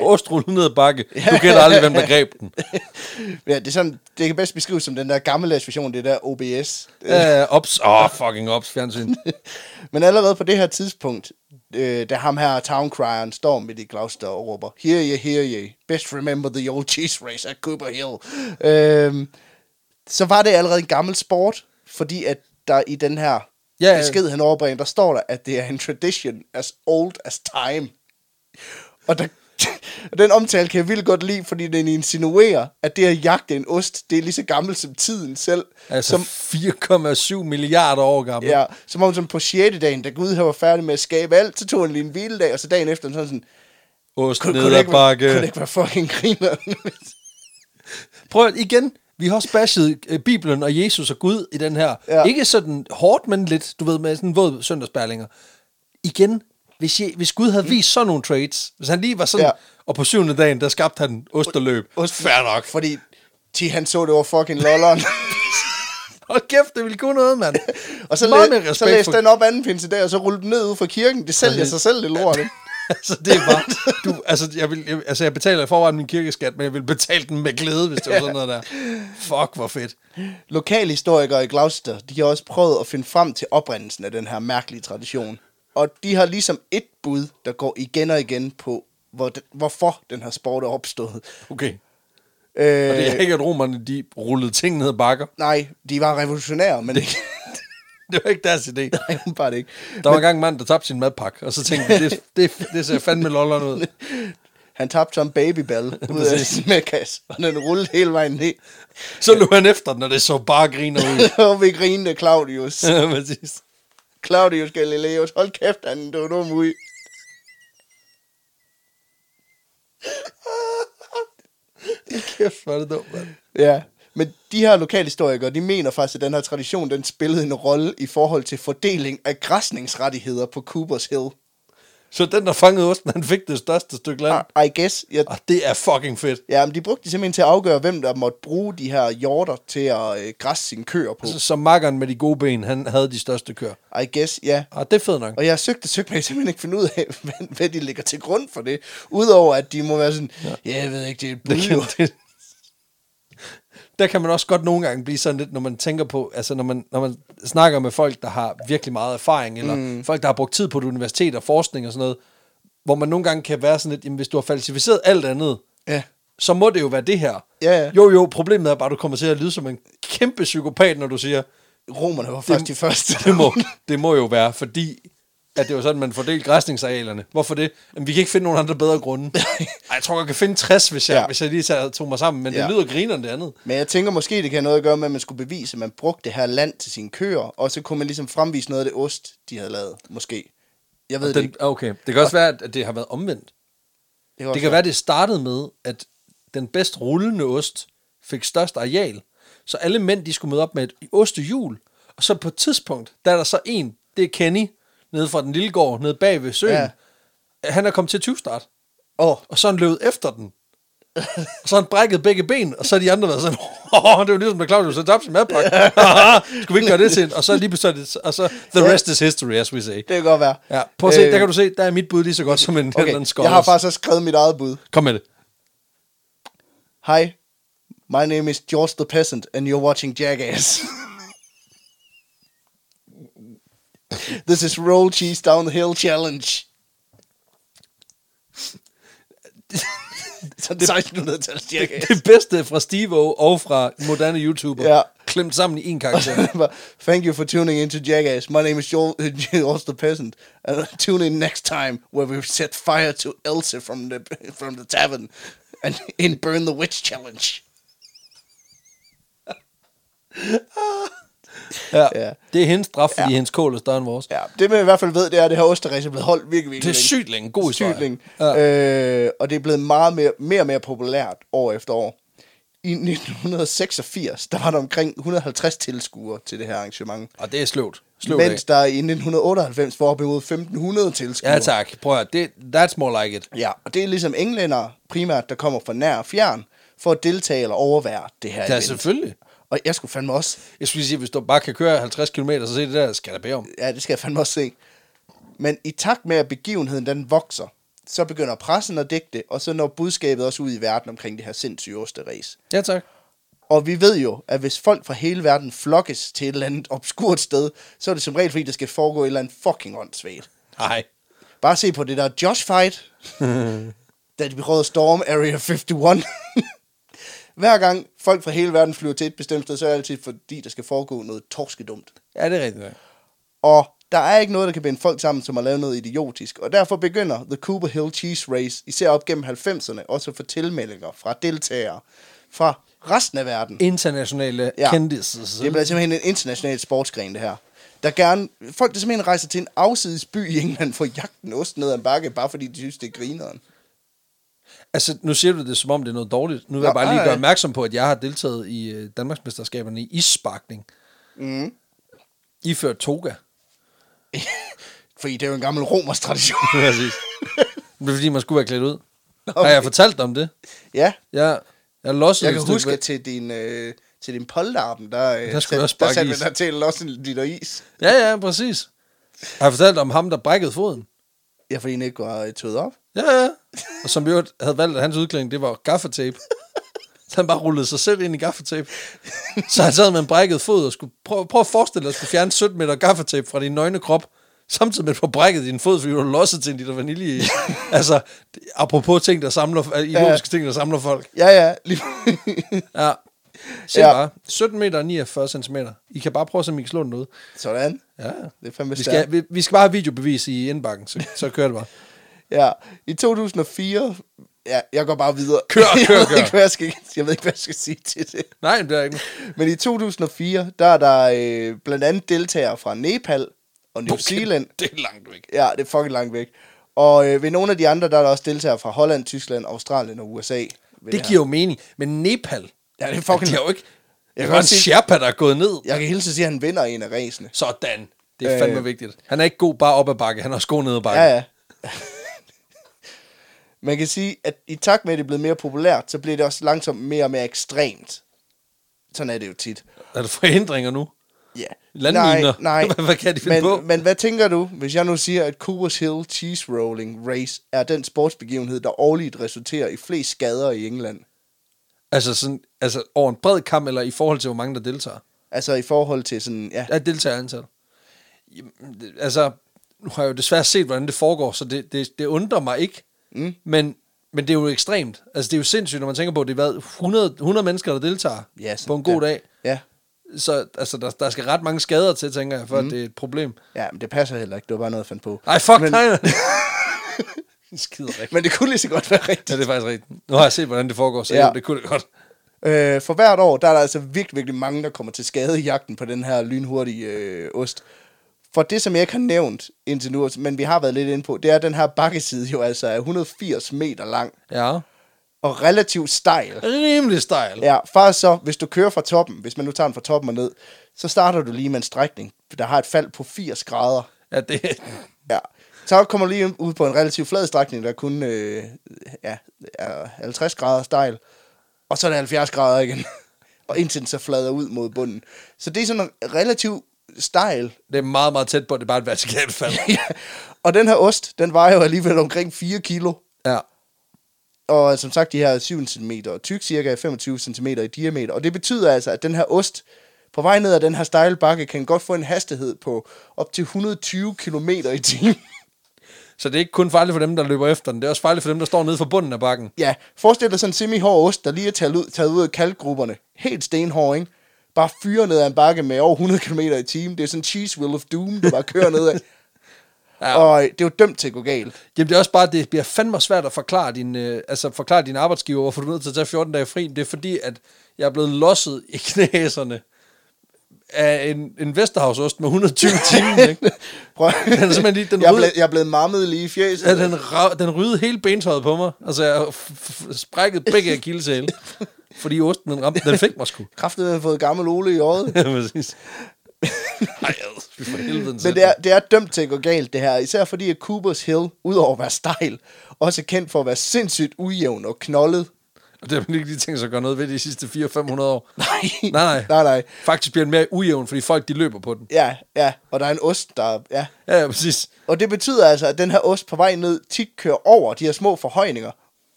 S1: Ja. Ost rullede ned ad bakke. Du kender aldrig, hvem
S2: (laughs)
S1: der greb den.
S2: ja, det, er sådan, det kan bedst beskrives som den der gammeldags version, det der OBS.
S1: Uh, ops. Åh, oh, fucking ops,
S2: (laughs)
S1: fjernsyn.
S2: Men allerede på det her tidspunkt, øh, da ham her town crieren står midt i Gloucester og råber, here ye, here ye, best remember the old cheese race at Cooper Hill, øhm, så var det allerede en gammel sport, fordi at der i den her
S1: Ja, ja.
S2: besked, han overbringer, der står der, at det er en tradition as old as time. Og der, (laughs) og den omtale kan jeg vildt godt lide, fordi den insinuerer, at det at jagte en ost, det er lige så gammelt som tiden selv.
S1: Altså
S2: som
S1: 4,7 milliarder år gammel.
S2: Ja, som om som på 6. dagen, da Gud han var færdig med at skabe alt, så tog han lige en hviledag, og så dagen efter sådan sådan,
S1: Ost
S2: kunne,
S1: ned
S2: kunne, det,
S1: ad
S2: ikke være, kunne det
S1: bakke.
S2: ikke være fucking griner?
S1: Prøv at- igen. Vi har også bashed øh, Bibelen og Jesus og Gud i den her.
S2: Ja.
S1: Ja. Ikke sådan hårdt, men lidt, du ved, med sådan våd søndagsbærlinger. Igen, hvis, jeg, hvis Gud havde vist sådan nogle traits, hvis han lige var sådan,
S2: Mm. Ja.
S1: ja. og på syvende dagen, der skabte han (laughs) ost og løb. Fair nok.
S2: Fordi T, han så det var fucking
S1: (laughs)
S2: lolleren.
S1: Hold kæft, det ville kunne noget, mand.
S2: (laughs) og så,
S1: Meget mere
S2: læ- så
S1: respekt
S2: læste
S1: for-
S2: den op anden pinse der, og så rullede den ned ud fra kirken. Det sælger
S1: Præcis.
S2: sig selv, det lort. ikke?
S1: (laughs) altså, det er
S2: (laughs)
S1: bare... Du, altså, jeg, vil, jeg, altså, jeg betaler i forvejen min kirkeskat, men jeg vil betale den med glæde, hvis det var sådan noget der. Fuck, hvor fedt.
S2: Lokalhistorikere i Gloucester, de har også prøvet at finde frem til oprindelsen af den her mærkelige tradition. Og de har ligesom et bud, der går igen og igen på, hvor den, hvorfor den her sport er opstået.
S1: Okay.
S2: Øh,
S1: Og det er ikke, at romerne de rullede ting ned ad bakker.
S2: Nej, de var revolutionære, men det
S1: (laughs)
S2: (laughs)
S1: Det var ikke deres idé.
S2: er bare det ikke.
S1: Der var engang en mand, der tabte sin madpakke, og så tænkte jeg, det, det, det ser fandme lolleren
S2: (laughs)
S1: ud.
S2: Han tabte som
S1: (laughs)
S2: babyball ud af
S1: Præcis.
S2: sin madkasse, og den rullede hele vejen ned.
S1: Så løb han efter den, og det så bare griner
S2: (laughs)
S1: ud.
S2: og vi grinede af Claudius.
S1: Ja, Præcis.
S2: Claudius Galileus, hold kæft, han du er dum ud.
S1: Kæft, var det dumt, mand.
S2: Ja, men de her lokalhistorikere, de mener faktisk, at den her tradition, den spillede en rolle i forhold til fordeling af græsningsrettigheder på Coopers Hill.
S1: Så den, der fangede osten, han fik det største stykke land.
S2: I, I guess, jeg,
S1: Og det er fucking fedt.
S2: ja, men de brugte det simpelthen til at afgøre, hvem der måtte bruge de her hjorter til at øh, græsse sine køer på.
S1: Så, Altså, så makkeren med de gode ben, han havde de største køer.
S2: I guess, ja.
S1: Og det er fedt nok.
S2: Og jeg har søgt og søgt, men jeg kan simpelthen ikke finde ud af, (laughs) hvad, hvad de ligger til grund for det. Udover at de må være sådan, ja. jeg ved ikke, det er et bud.
S1: Det kan,
S2: jo."
S1: det, (laughs) der kan man også godt nogle gange blive sådan lidt, når man tænker på, altså når man, når man snakker med folk, der har virkelig meget erfaring, eller mm. folk, der har brugt tid på et universitet og forskning og sådan noget, hvor man nogle gange kan være sådan lidt, jamen hvis du har falsificeret alt andet,
S2: Ja.
S1: så må det jo være det her.
S2: Ja, ja.
S1: Jo, jo, problemet er bare, at du kommer til at lyde som en kæmpe psykopat, når du siger,
S2: Romerne var faktisk de første.
S1: (laughs) det må, det må jo være, fordi at det var sådan, man fordelte græsningsarealerne. Hvorfor det? Jamen, vi kan ikke finde nogen andre bedre (laughs) grunde. Ej, jeg tror, jeg kan finde 60, hvis jeg,
S2: Ja.
S1: ja. hvis jeg lige tager- tog mig sammen, men ja.
S2: Ja.
S1: det lyder grineren det andet.
S2: Men jeg tænker måske, det kan have noget at gøre med, at man skulle bevise, at man brugte det her land til sine køer, og så kunne man ligesom fremvise noget af det ost, de havde lavet, måske. Jeg ved det
S1: Den,
S2: ikke.
S1: okay, det kan også være, at at det har været omvendt.
S2: kan, også
S1: Det kan være, det startede med, at den bedst rullende ost fik størst areal, så alle mænd, de skulle møde op med et ostehjul, og så på et tidspunkt, der er der så en, det er Kenny, nede fra den lille gård, nede bag ved søen, ja. han er kommet til 20 start.
S2: Åh,
S1: og så er han løbet efter den. (laughs) og så har han brækket begge ben, og så har de andre været sådan, åh, det var ligesom, da Claudius havde tabt sin madpakke. (laughs) Skulle vi ikke gøre det til en? Og så lige pludselig, er det- og så, the rest is history, as we say.
S2: det kan godt være. Øh,
S1: Ja, prøv at se, der kan du se, der er mit bud lige så godt som en okay, eller anden
S2: Okay, jeg har faktisk også skrevet mit eget bud.
S1: Kom med det.
S2: Hej, my name is George the Peasant, and you're watching Jackass. (laughs) This is Roll Cheese Down the Hill
S1: (laughs)
S2: Challenge. Sådan 1600-tals Jackass.
S1: Det bedste fra Steve-O og fra moderne YouTuber,
S2: Ja.
S1: klemt sammen i en karakter.
S2: But Thank you for tuning in to Jackass. My name is Joel, (laughs) Joel's the Peasant. And (laughs) tune in next time where we set fire to Elsa from the (laughs) from the tavern and (laughs) in Burn the Witch Challenge.
S1: Ja.
S2: (laughs) Ja.
S1: ja. Det er hendes straf, fordi ja. hendes kål er større end vores.
S2: Ja, det man i hvert fald ved, det er, at det her osterræs er blevet holdt virkelig, virkelig
S1: Det er sygt længe. God historie.
S2: Sygt længe. Ja. Øh, og det er blevet meget mere, mere og mere populært år efter år. I 1986, der var der omkring 150 tilskuere til det her arrangement.
S1: Og det er sløvt. Sløvt af.
S2: mens der i 1998 var op imod 1500 tilskuere.
S1: Ja tak, prøv at det, that's more like it.
S2: Ja, og det er ligesom englænder primært, der kommer fra nær og fjern, for at deltage eller overvære det her
S1: Ja,
S2: event.
S1: selvfølgelig.
S2: Og jeg skulle fandme også,
S1: Jeg skulle lige sige, hvis du bare kan køre 50 km, så se det der, skal jeg da bede om.
S2: ja, det skal jeg fandme også se. Men i takt med, at begivenheden den vokser, så begynder pressen at digte, og så når budskabet også ud i verden omkring det her sindssyge Osterræs.
S1: Ja, tak.
S2: Og vi ved jo, at hvis folk fra hele verden flokkes til et eller andet obskurt sted, så er det som regel, fordi der skal foregå et eller andet fucking åndssvagt.
S1: Nej.
S2: Bare se på det der Josh fight, da de prøvede at storme Area 51. Hver gang folk fra hele verden flyver til et bestemt sted, så er det altid fordi, der skal foregå noget torskedumt.
S1: Ja, det er rigtigt. nok.
S2: Og der er ikke noget, der kan binde folk sammen, som har lavet noget idiotisk. Og derfor begynder The Cooper Hill Cheese Race, især op gennem 90'erne, også for tilmeldinger fra deltagere fra resten af verden.
S1: Internationale
S2: Ja.
S1: ja. kendises.
S2: Det bliver simpelthen en international sportsgren, det her. Der gerne, folk der simpelthen rejser til en afsides by i England for at jagte en ost ned ad en bakke, bare fordi de synes, det er grineren.
S1: Altså, nu siger du det, som om det er noget dårligt. Nu vil
S2: Nå,
S1: jeg bare lige
S2: nej.
S1: gøre opmærksom på, at jeg har deltaget i øh, Danmarksmesterskaberne i issparkning.
S2: Mm.
S1: I før toga.
S2: (laughs) Fordi det er jo en gammel romers tradition. (laughs)
S1: Præcis. det er fordi, man skulle være klædt ud. Okay. Har
S2: Okay.
S1: jeg fortalt dig om det?
S2: ja,
S1: Jeg, jeg lossede
S2: jeg
S1: et
S2: kan
S1: stykke
S2: huske,
S1: væk.
S2: at til din, øh, til din polterappen, der, øh,
S1: Der skulle jeg også
S2: der
S1: bakke
S2: satte
S1: is.
S2: man dig til også en liter is.
S1: Ja, ja, præcis. Har jeg fortalt om ham, der brækkede foden?
S2: Ja, fordi den ikke var øh, tøet op.
S1: Ja, ja. Og som i øvrigt havde valgt, at hans udklædning, det var gaffatape. Så han bare rullede sig selv ind i gaffatape. Så han sad med en brækket fod og skulle prøve, prøve at forestille dig at skulle fjerne 17 meter gaffatape fra din nøgne krop. samtidig med at du får brækket din fod, fordi du har losset til en liter vanilje i. altså, det- apropos ting, der samler, øh, ideologiske ting, der samler folk.
S2: Ja, ja. Lige...
S1: Ja. Se ja.
S2: Ja.
S1: bare. 17 meter og 49 centimeter. I kan bare prøve at se, om I kan slå den ud.
S2: (laughs) Sådan.
S1: Ja.
S2: Det er fandme
S1: Vi
S2: stærkt.
S1: skal, vi, vi, skal bare have videobevis i indbakken, så, så kører
S2: (laughs)
S1: det bare.
S2: Ja, i 2004... Ja, jeg går bare videre. (laughs)
S1: Kør, kør,
S2: jeg ved,
S1: kør.
S2: Ikke, hvad jeg, skal, jeg ved ikke, hvad jeg skal sige til det.
S1: Nej, det er ikke
S2: Men i 2004, der er der øh, blandt andet deltagere fra Nepal og New
S1: Okay,
S2: Zealand.
S1: Det er langt væk.
S2: Ja, det er fucking langt væk. Og øh, ved nogle af de andre, der er der også deltagere fra Holland, Tyskland, Australien og USA. ved
S1: Det
S2: her.
S1: giver jo mening. Men Nepal,
S2: Ja, det er fucking...
S1: det er jo ikke... Det er
S2: kan
S1: jo en
S2: godt se-
S1: Sherpa, der er gået ned.
S2: Jeg kan hilse at sige, at han vinder en af ræsene.
S1: Sådan. Det er
S2: Øh.
S1: fandme vigtigt. Han er ikke god bare op ad bakke, han er også god ned ad bakke.
S2: Ja, ja. (laughs) Man kan sige, at i takt med, at det er blevet mere populært, så bliver det også langsomt mere og mere ekstremt. Sådan er det jo tit.
S1: Er der forhindringer nu?
S2: Ja.
S1: Landminer.
S2: Nej,
S1: (laughs)
S2: nej.
S1: Hvad- hvad kan de finde
S2: men,
S1: på?
S2: Men hvad tænker du, hvis jeg nu siger, at Coopers Hill Cheese Rolling Race er den sportsbegivenhed, der årligt resulterer i flest skader i England?
S1: Altså, sådan, altså over en bred kamp, eller i forhold til, hvor mange der deltager?
S2: Altså i forhold til sådan, ja.
S1: Ja, deltager antal. Jamen, det- Altså, nu har jeg jo desværre set, hvordan det foregår, så det, det, det undrer mig ikke.
S2: Mm.
S1: Men, men det er jo ekstremt. Altså, det er jo sindssygt, når man tænker på, at det er været 100, 100 mennesker, der deltager
S2: ja
S1: på en god
S2: ja.
S1: dag.
S2: Ja,
S1: Så altså, der, der skal ret mange skader til, tænker jeg, for mm. at det er et problem.
S2: ja men det passer heller ikke. Det var bare noget, jeg fandt på.
S1: Ej, fuck men...
S2: men,
S1: nej.
S2: (laughs)
S1: Skider rigtigt.
S2: men det kunne lige så godt være rigtigt.
S1: Ja, det er faktisk rigtigt. Nu har jeg set, hvordan det foregår, så ja.
S2: Ja.
S1: jo, det kunne det godt.
S2: Øh, for hvert år, der er der altså virkelig, virkelig mange, der kommer til skade i jagten på den her lynhurtige øh, ost. For det, som jeg ikke har nævnt indtil nu, men vi har været lidt inde på, det er, at den her bakkeside jo altså er 180 meter lang
S1: Ja.
S2: og relativt stejl.
S1: Rimelig stejl.
S2: Ja, faktisk så, hvis du kører fra toppen, hvis man nu tager den fra toppen og ned, så starter du lige med en strækning, der har et fald på 80 grader.
S1: Ja, det,
S2: Ja. Så kommer du lige ud på en relativt flad strækning, der kun øh, ja, er 50 grader stejl. Og så er det 70 grader igen. (laughs) og indtil den så flader ud mod bunden. Så det er sådan en relativt stejl. (laughs)
S1: det er meget, meget tæt på, at det er bare et vertikalt fald.
S2: og den her ost, den vejer jo alligevel omkring 4 kilo.
S1: ja.
S2: Og som sagt, de her er 7 cm tyk, cirka 25 cm i diameter. Og det betyder altså, at den her ost på vej ned ad den her stejle bakke, kan godt få en hastighed på op til 120 km i timen.
S1: Så det er ikke kun farligt for dem, der løber efter den. Det er også farligt for dem, der står nede for bunden af bakken.
S2: Ja, forestil dig sådan en semi-hård ost, der lige er taget ud, taget ud af kalkgrupperne. Helt stenhård, ikke? Bare fyre ned ad en bakke med over 100 km i timen. Det er sådan en cheese wheel of doom, der bare kører ned ad.
S1: Ja.
S2: Og øh, det er jo dømt til at gå galt.
S1: Jamen, det er også bare, det bliver fandme svært at forklare din, øh, altså, forklare din arbejdsgiver, hvorfor du er nødt til at tage 14 dage fri. Det er fordi, at jeg er blevet losset i (laughs) knæserne af en, en Vesterhavsost med 120
S2: (laughs)
S1: timer. Ikke?
S2: Prøv.
S1: (laughs) Den er simpelthen lige- den
S2: jeg, er
S1: røde-
S2: blevet, jeg er blevet mammet lige i fjeset.
S1: Ja, den, ra- den rydde hele bentøjet på mig. Altså, jeg f- f- sprækkede begge
S2: (laughs)
S1: akilleshæle. fordi osten, den ramte, den fik mig sgu.
S2: Kraftet har fået gammel Ole i
S1: (laughs)
S2: øjet.
S1: Ja, præcis. Ej, ad, vi for helvede den
S2: Men det er, det er dømt til at gå galt, det her. Især fordi, at Coopers Hill, udover at være stejl, også er kendt for at være sindssygt ujævn og knoldet.
S1: Og det har man ikke lige tænkt sig at gøre noget ved de sidste 400-500 år.
S2: Nej.
S1: Nej, nej.
S2: (laughs) nej, nej.
S1: Faktisk bliver den mere ujævn, fordi folk de løber på den.
S2: Ja, ja. Og der er en ost, der... Ja.
S1: Ja, ja præcis.
S2: Og det betyder altså, at den her ost på vej ned tit kører over de her små forhøjninger.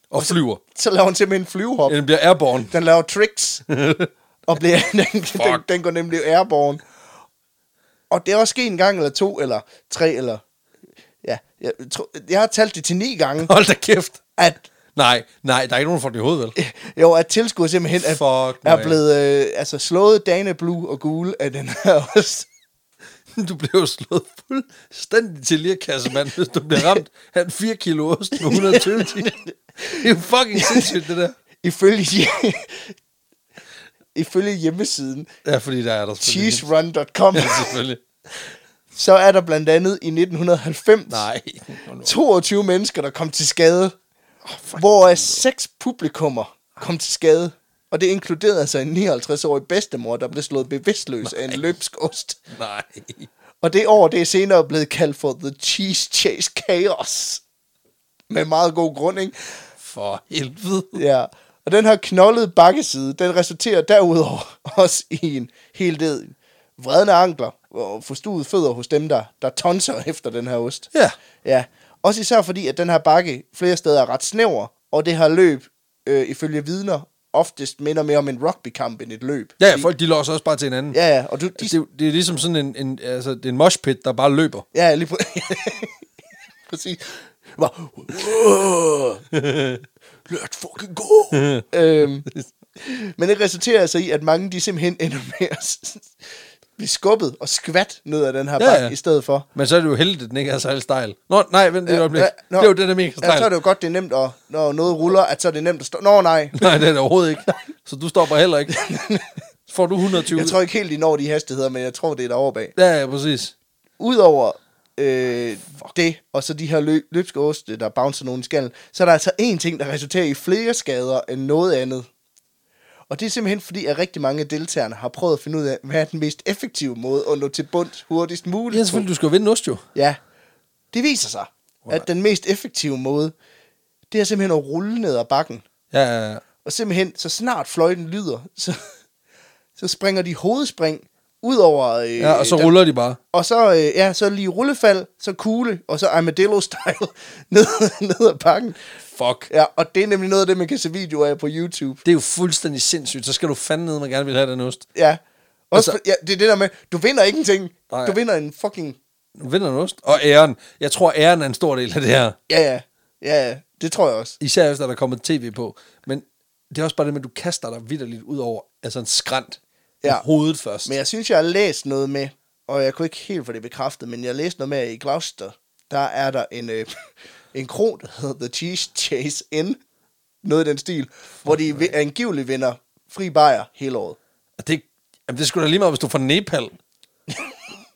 S1: Og flyver.
S2: Så laver den simpelthen en flyvehop.
S1: Ja, den bliver airborne. (laughs)
S2: Den laver tricks. og bliver, den, den,
S1: Fuck.
S2: den går nemlig airborne. Og det er også sket en gang, eller to, eller tre, eller... Ja, jeg, tror, jeg har talt det til ni
S1: (laughs)
S2: gange,
S1: Hold da kæft.
S2: at
S1: Nej, nej, der er ikke nogen, der får den i hovedet,
S2: (laughs)
S1: vel?
S2: Jo, at tilskuer simpelthen er,
S1: Fuck, man.
S2: er blevet øh, altså, slået dane blue og gule af den her (laughs) ost.
S1: Du bliver jo slået fuldstændig til lirkasse, mand, hvis du bliver ramt af en 4 kilo ost med
S2: (laughs)
S1: 120 timer. Det er jo fucking sindssygt, det der.
S2: Ifølge, (laughs) hje- ifølge hjemmesiden
S1: Ja, fordi der er der selvfølgelig. (laughs)
S2: cheeserun.com,
S1: Ja, selvfølgelig.
S2: så er der blandt andet i 1990
S1: Nej.
S2: 22 mennesker, der kom til skade, oh, hvor seks publikummer kom til skade. Og det inkluderede altså en 59-årig bedstemor, der blev slået bevidstløs af en løbsk ost.
S1: Nej.
S2: Og det år, det er senere blevet kaldt for The Cheese Chase Chaos. Med meget god grund, ikke?
S1: For helvede.
S2: Ja. Og den her knoldede bakkeside, den resulterer derudover (laughs) også i en hel del vredne ankler og forstuede fødder hos dem, der, der tonser (laughs) efter den her ost.
S1: Ja.
S2: Ja. Også især fordi, at den her bakke flere steder er ret snæver, og det her løb, øh, ifølge vidner, oftest minder mere om en rugbykamp end et løb.
S1: Ja,
S2: Fordi-
S1: folk de låser også bare til hinanden.
S2: Ja, ja, og du, de,
S1: Det, det er ligesom sådan en, en, altså, det er en mosh pit, der bare løber.
S2: Ja, lige præ (laughs) præcis.
S1: (laughs)
S2: Bare, "Whoa, let's fucking go. (laughs) øhm, men det resulterer altså i, at mange de simpelthen ender med at s- blive skubbet og skvat ned af den her
S1: Ja,
S2: ja, bakke
S1: ja.
S2: i stedet for.
S1: Men så er det jo heldigt, at den ikke er særlig stejl. Nå, nej, vent lige et øjeblik.
S2: nå.
S1: det er jo den, der er mega
S2: ja, så er
S1: stejl.
S2: det jo godt, det er nemt, at, når noget ruller, at så er det nemt at stå. Nå nej,
S1: (laughs) Nej, det er det overhovedet ikke. Så du stopper heller
S2: (laughs)
S1: ikke. Så får du 120.
S2: jeg tror ikke helt, de når de hastigheder, men jeg tror, det er derovre bag.
S1: Ja, ja, præcis.
S2: Udover øh, det, og så de her løb, løbskåste, der bouncer nogen i skallen, så er der altså en ting, der resulterer i flere skader end noget andet. Og det er simpelthen fordi, at rigtig mange af deltagerne har prøvet at finde ud af, hvad er den mest effektive måde at nå til bundt hurtigst muligt.
S1: Ja,
S2: på.
S1: selvfølgelig, du skal jo vinde ost jo.
S2: Ja, det viser sig, at den mest effektive måde, det er simpelthen at rulle ned ad bakken.
S1: Ja, ja, ja.
S2: Og simpelthen, så snart fløjten lyder, så, (laughs) så springer de hovedspring ud over... Øh,
S1: ja og så
S2: den-
S1: ruller de bare.
S2: og så, øh, ja, så lige rullefald, så kugle, og så armadillo-style (laughs) ned, ned ad bakken.
S1: Fuck.
S2: Ja, og det er nemlig noget af det, man kan se videoer af på YouTube.
S1: Det er jo fuldstændig sindssygt. Så skal du fandme ned, man gerne vil have den ost.
S2: Ja.
S1: Altså-
S2: Også, altså, ja, det er det der med, du vinder ingenting.
S1: Nej.
S2: Nej. Du vinder en fucking...
S1: Du vinder en ost. Og æren. Jeg tror, æren er en stor del af det her.
S2: Ja, ja. Ja, ja. Det tror jeg også.
S1: Især efter, der er kommet tv på. Men det er også bare det med, at du kaster dig vidderligt ud over altså en skrant. Ja.
S2: Ja.
S1: Med hovedet først.
S2: Men jeg synes, jeg har læst noget med, og jeg kunne ikke helt få det bekræftet, men jeg læste noget med, at i Gloucester, der er der en, øh, (laughs) en kro, der hedder The Cheese Chase Inn. Noget i den stil, hvor de vi- angiveligt vinder fri bajer hele året.
S1: Og det, jamen, det skulle da lige meget, hvis du er fra Nepal.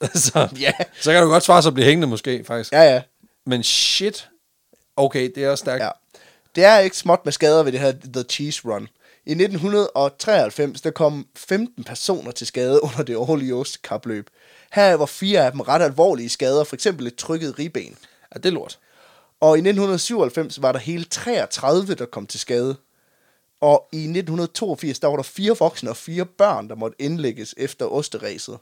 S1: altså,
S2: Ja.
S1: Så kan du godt svare sig at blive hængende måske, faktisk.
S2: Ja, ja.
S1: Men shit. Okay, det er også stærkt.
S2: Ja. Det er ikke småt med skader ved det her The Cheese Run. I 1993, der kom 15 personer til skade under det årlige ostekapløb. Her var fire af dem ret alvorlige skader, f.eks. et trykket ribben.
S1: Ja, det er lort.
S2: Og i 1997 var der hele 33, der kom til skade. Og i 1982, der var der fire voksne og fire børn, der måtte indlægges efter osteræset.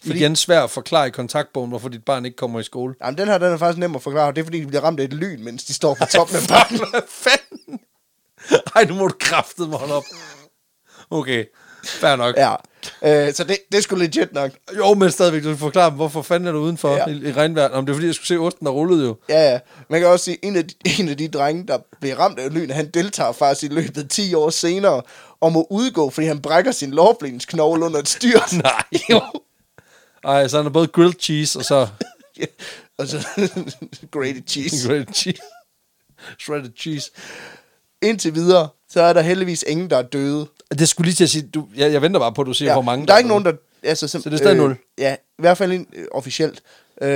S1: Fordi... Igen svært at forklare i kontaktbogen, hvorfor dit barn ikke kommer i skole.
S2: Jamen, den her den er faktisk nem at forklare, det er fordi, de bliver ramt af et lyn, mens de står på toppen af
S1: (laughs)
S2: bakken.
S1: Hvad fanden? Ej, nu må du kraftede mig holde op. Okay, fair nok.
S2: Ja, øh, så det, det er sgu legit nok.
S1: Jo, men stadigvæk, du skal forklare dem, hvorfor fanden er du udenfor ja.
S2: Ja.
S1: i, i regnvejr? Nå, men det er fordi, jeg skulle se osten, der rullede jo.
S2: Ja, ja. Man kan også sige, at en af de, (laughs) en af de drenge, der blev ramt af lyn, han deltager faktisk i løbet 10 år senere og må udgå, fordi han brækker sin lårblindsknogle under et styr.
S1: Nej.
S2: (laughs) jo.
S1: Ej, så er der både grilled cheese og så
S2: Ja. Og så (laughs) grated cheese.
S1: grilled cheese. Shredded cheese.
S2: Indtil videre, så er der heldigvis ingen, der er døde.
S1: Det skulle lige til at sige, du, jeg, jeg venter bare på, at du siger, ja, hvor mange
S2: der er ikke nogen, der... Altså, sim-
S1: Så det er stadig
S2: øh,
S1: nul.
S2: Ja, i hvert fald en, øh, officielt. Øh,
S1: Uh.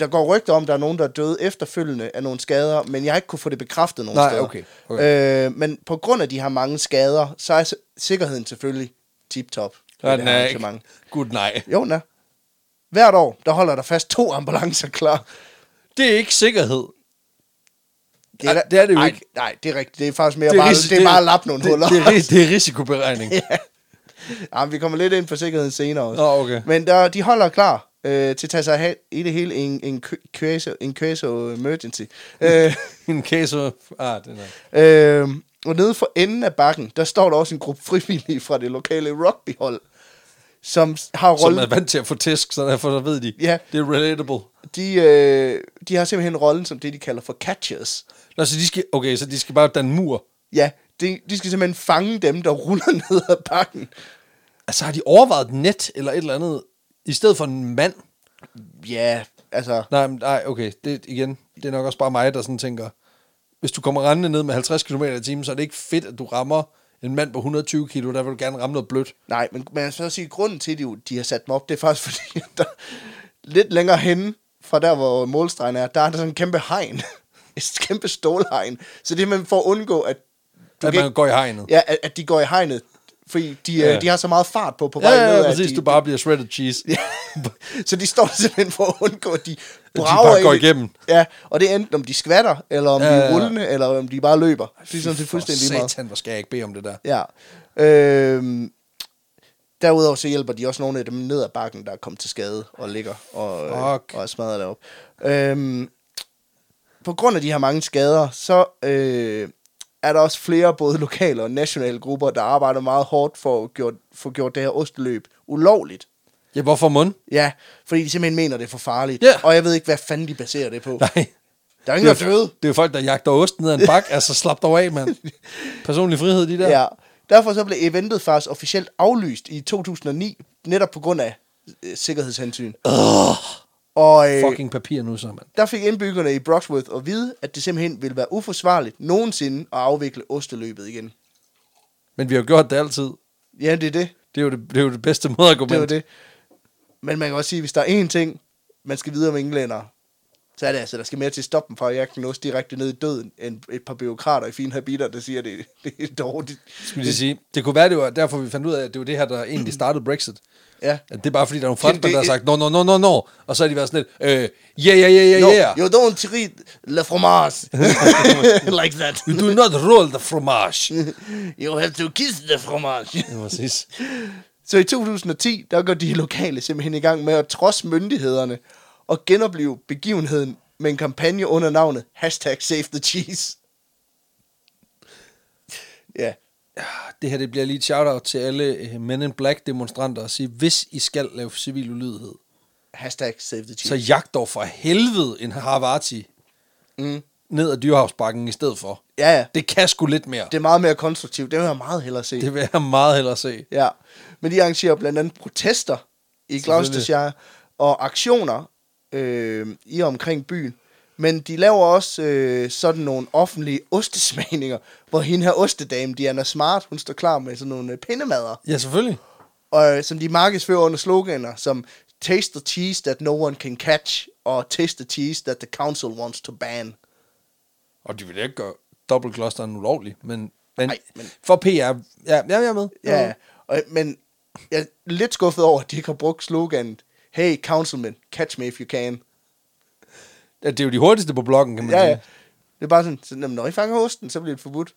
S2: Der går rygter om, der er nogen, der er døde efterfølgende af nogle skader, men jeg har ikke kunne få det bekræftet nogen
S1: Nej,
S2: steder.
S1: okay, okay.
S2: Øh, men på grund af de her mange skader, så er s- sikkerheden selvfølgelig tip-top. ved
S1: Ja,
S2: det
S1: den
S2: her
S1: er
S2: arrangement.
S1: ikke. Gud nej.
S2: Jo, den er. Hvert år, der holder der fast to ambulancer klar.
S1: Det er ikke sikkerhed. Ej,
S2: da-
S1: det er det jo
S2: Ej,
S1: ikke.
S2: Nej, det er rigtigt. Det er faktisk mere det er bare,
S1: risi-
S2: det er bare at lappe nogle
S1: det,
S2: huller.
S1: Det, er ri- det er
S2: (laughs)
S1: risikoberegning.
S2: Ja, men vi kommer lidt ind på sikkerheden senere også.
S1: Nå, okay.
S2: Men der, de holder klar øh, til at tage sig af i det hele en, en, kø- case, en case of
S1: (laughs)
S2: emergency. øh,
S1: en case of... Ah, den er...
S2: øh, og nede for enden af bakken, der står der også en gruppe frivillige fra det lokale rugbyhold, som s- har
S1: Som
S2: rollen,
S1: er vant til at få tæsk, så derfor så ved de.
S2: Ja.
S1: Det er relatable.
S2: de, øh, de har simpelthen rollen som det, de kalder for catchers.
S1: Nå, så de skal, okay, så de skal bare danne mur.
S2: Ja, de, de skal simpelthen fange dem, der ruller (laughs) ned ad bakken.
S1: Altså, har de overvejet et net eller et eller andet, i stedet for en mand?
S2: Ja, altså...
S1: Nej, men, nej okay, det, igen, det er nok også bare mig, der sådan tænker, hvis du kommer rendende ned med 50 km i timen, så er det ikke fedt, at du rammer en mand på 120 kilo, der vil du gerne ramme noget blødt.
S2: Nej, men man skal også sige, at grunden til, at de, jo- de har sat dem op, det er faktisk (laughs) fordi, at der, lidt længere henne fra der, hvor målstregen er, der er der sådan en kæmpe hegn. (laughs) Et kæmpe stålhegn. Så det er man for at undgå, at,
S1: Du at
S2: kan
S1: man går i hegnet.
S2: ja, at, at de går i hegnet. Fordi de,
S1: Ja.
S2: ja. de har så meget fart på på vej
S1: Ja, ja,
S2: ned,
S1: ja
S2: at
S1: præcis,
S2: de,
S1: du bare bliver shredded cheese.
S2: (laughs) Ja. Så de står (laughs) simpelthen for at undgå, at de brager
S1: bare går
S2: ind i-
S1: igennem.
S2: Ja, og det er enten om de skvatter, eller om ja,
S1: Ja,
S2: de
S1: ja, ja.
S2: er rullende, eller om de bare løber. Det er sådan set fuldstændig lige meget.
S1: Satan, hvor skal jeg ikke bede om det der.
S2: Ja. Øhm, derudover så hjælper de også nogle af dem ned ad bakken, der er kommet til skade og ligger og, øh,
S1: Fuck.
S2: og er smadret derop. Øhm, på grund af de her mange skader, så øh, er der også flere både lokale og nationale grupper, der arbejder meget hårdt for at gjort, få gjort det her osteløb ulovligt.
S1: Ja, hvorfor mund?
S2: Ja, fordi de simpelthen mener, det er for farligt.
S1: Ja.
S2: Og jeg ved ikke, hvad fanden de baserer det på.
S1: Nej.
S2: Der er
S1: Det
S2: ingen,
S1: er,
S2: der er døde.
S1: det er jo folk, der jagter ost ned ad en bakke. altså, slap dig
S2: (laughs)
S1: af, mand. Personlig frihed, de der.
S2: Ja. Derfor så blev eventet faktisk officielt aflyst i 2009, netop på grund af øh, sikkerhedshensyn. Uh, og øh,
S1: Fucking papir nu, så, mand.
S2: der fik indbyggerne i Broxworth at vide, at det simpelthen ville være uforsvarligt nogensinde at afvikle osteløbet igen.
S1: Men vi har jo gjort det altid.
S2: Ja, det er det.
S1: Det er jo det, det, er jo det bedste måde at gå med.
S2: Det var det. Men man kan også sige, at hvis der er én ting, man skal videre med englænder, så er det altså, der skal mere til at stoppe dem fra at jagte en ost direkte ned i døden, end et par byråkrater i fine habiter, der siger, at det, det er dårligt.
S1: Skulle de sige. Det kunne være, det var derfor, vi fandt ud af, at det var det her, der egentlig startede Brexit.
S2: Mm. Ja.
S1: At det er bare fordi, der er nogle franskmænd,
S2: det-
S1: der har sagt, no, no, no, no, no. Og så har de været sådan lidt, øh, yeah, yeah, yeah, yeah,
S2: No,
S1: yeah.
S2: you don't treat le fromage (laughs) like that. (laughs)
S1: You do not roll the fromage.
S2: You have to kiss the fromage.
S1: Ja, præcis.
S2: (laughs) Så i 2010, der går de lokale simpelthen i gang med at trods myndighederne og genopleve begivenheden med en kampagne under navnet hashtag Save the Cheese. Ja,
S1: Det her det bliver lige et shout-out til alle øh, Men in Black demonstranter og sige, hvis I skal lave civil ulydighed,
S2: hashtag Save the
S1: så
S2: Cheese.
S1: jagt dog for helvede en Havarti
S2: Mm.
S1: ned ad dyrehavsbakken i stedet for.
S2: Ja, ja.
S1: Det kan sgu lidt mere.
S2: Det er meget mere konstruktivt. Det vil jeg meget hellere se.
S1: Det vil jeg meget hellere se.
S2: Ja, men de arrangerer blandt andet protester i Gloucestershire og aktioner øh, i og omkring byen. Men de laver også øh, sådan nogle offentlige ostesmagninger, hvor hende her ostedame, Diana Smart, hun står klar med sådan nogle øh, pindemader,
S1: Ja, selvfølgelig.
S2: og, øh, som de markedsfører under sloganer som Taste the cheese that no one can catch, og Taste the cheese that the council wants to ban.
S1: Og de vil da ikke gøre dobbeltklosteren ulovlig, men, men,
S2: Nej,
S1: Ej,
S2: men-
S1: men for PR, ja, ja, jeg er med. Jeg er
S2: Ja,
S1: med.
S2: og, men jeg er lidt skuffet over, at de ikke har brugt sloganet Hey, councilman, catch me if you can.
S1: ja. Det er jo de hurtigste på bloggen, kan man
S2: Ja,
S1: sige.
S2: ja. Det er bare sådan, så, jamen, når I fanger osten, så bliver det forbudt.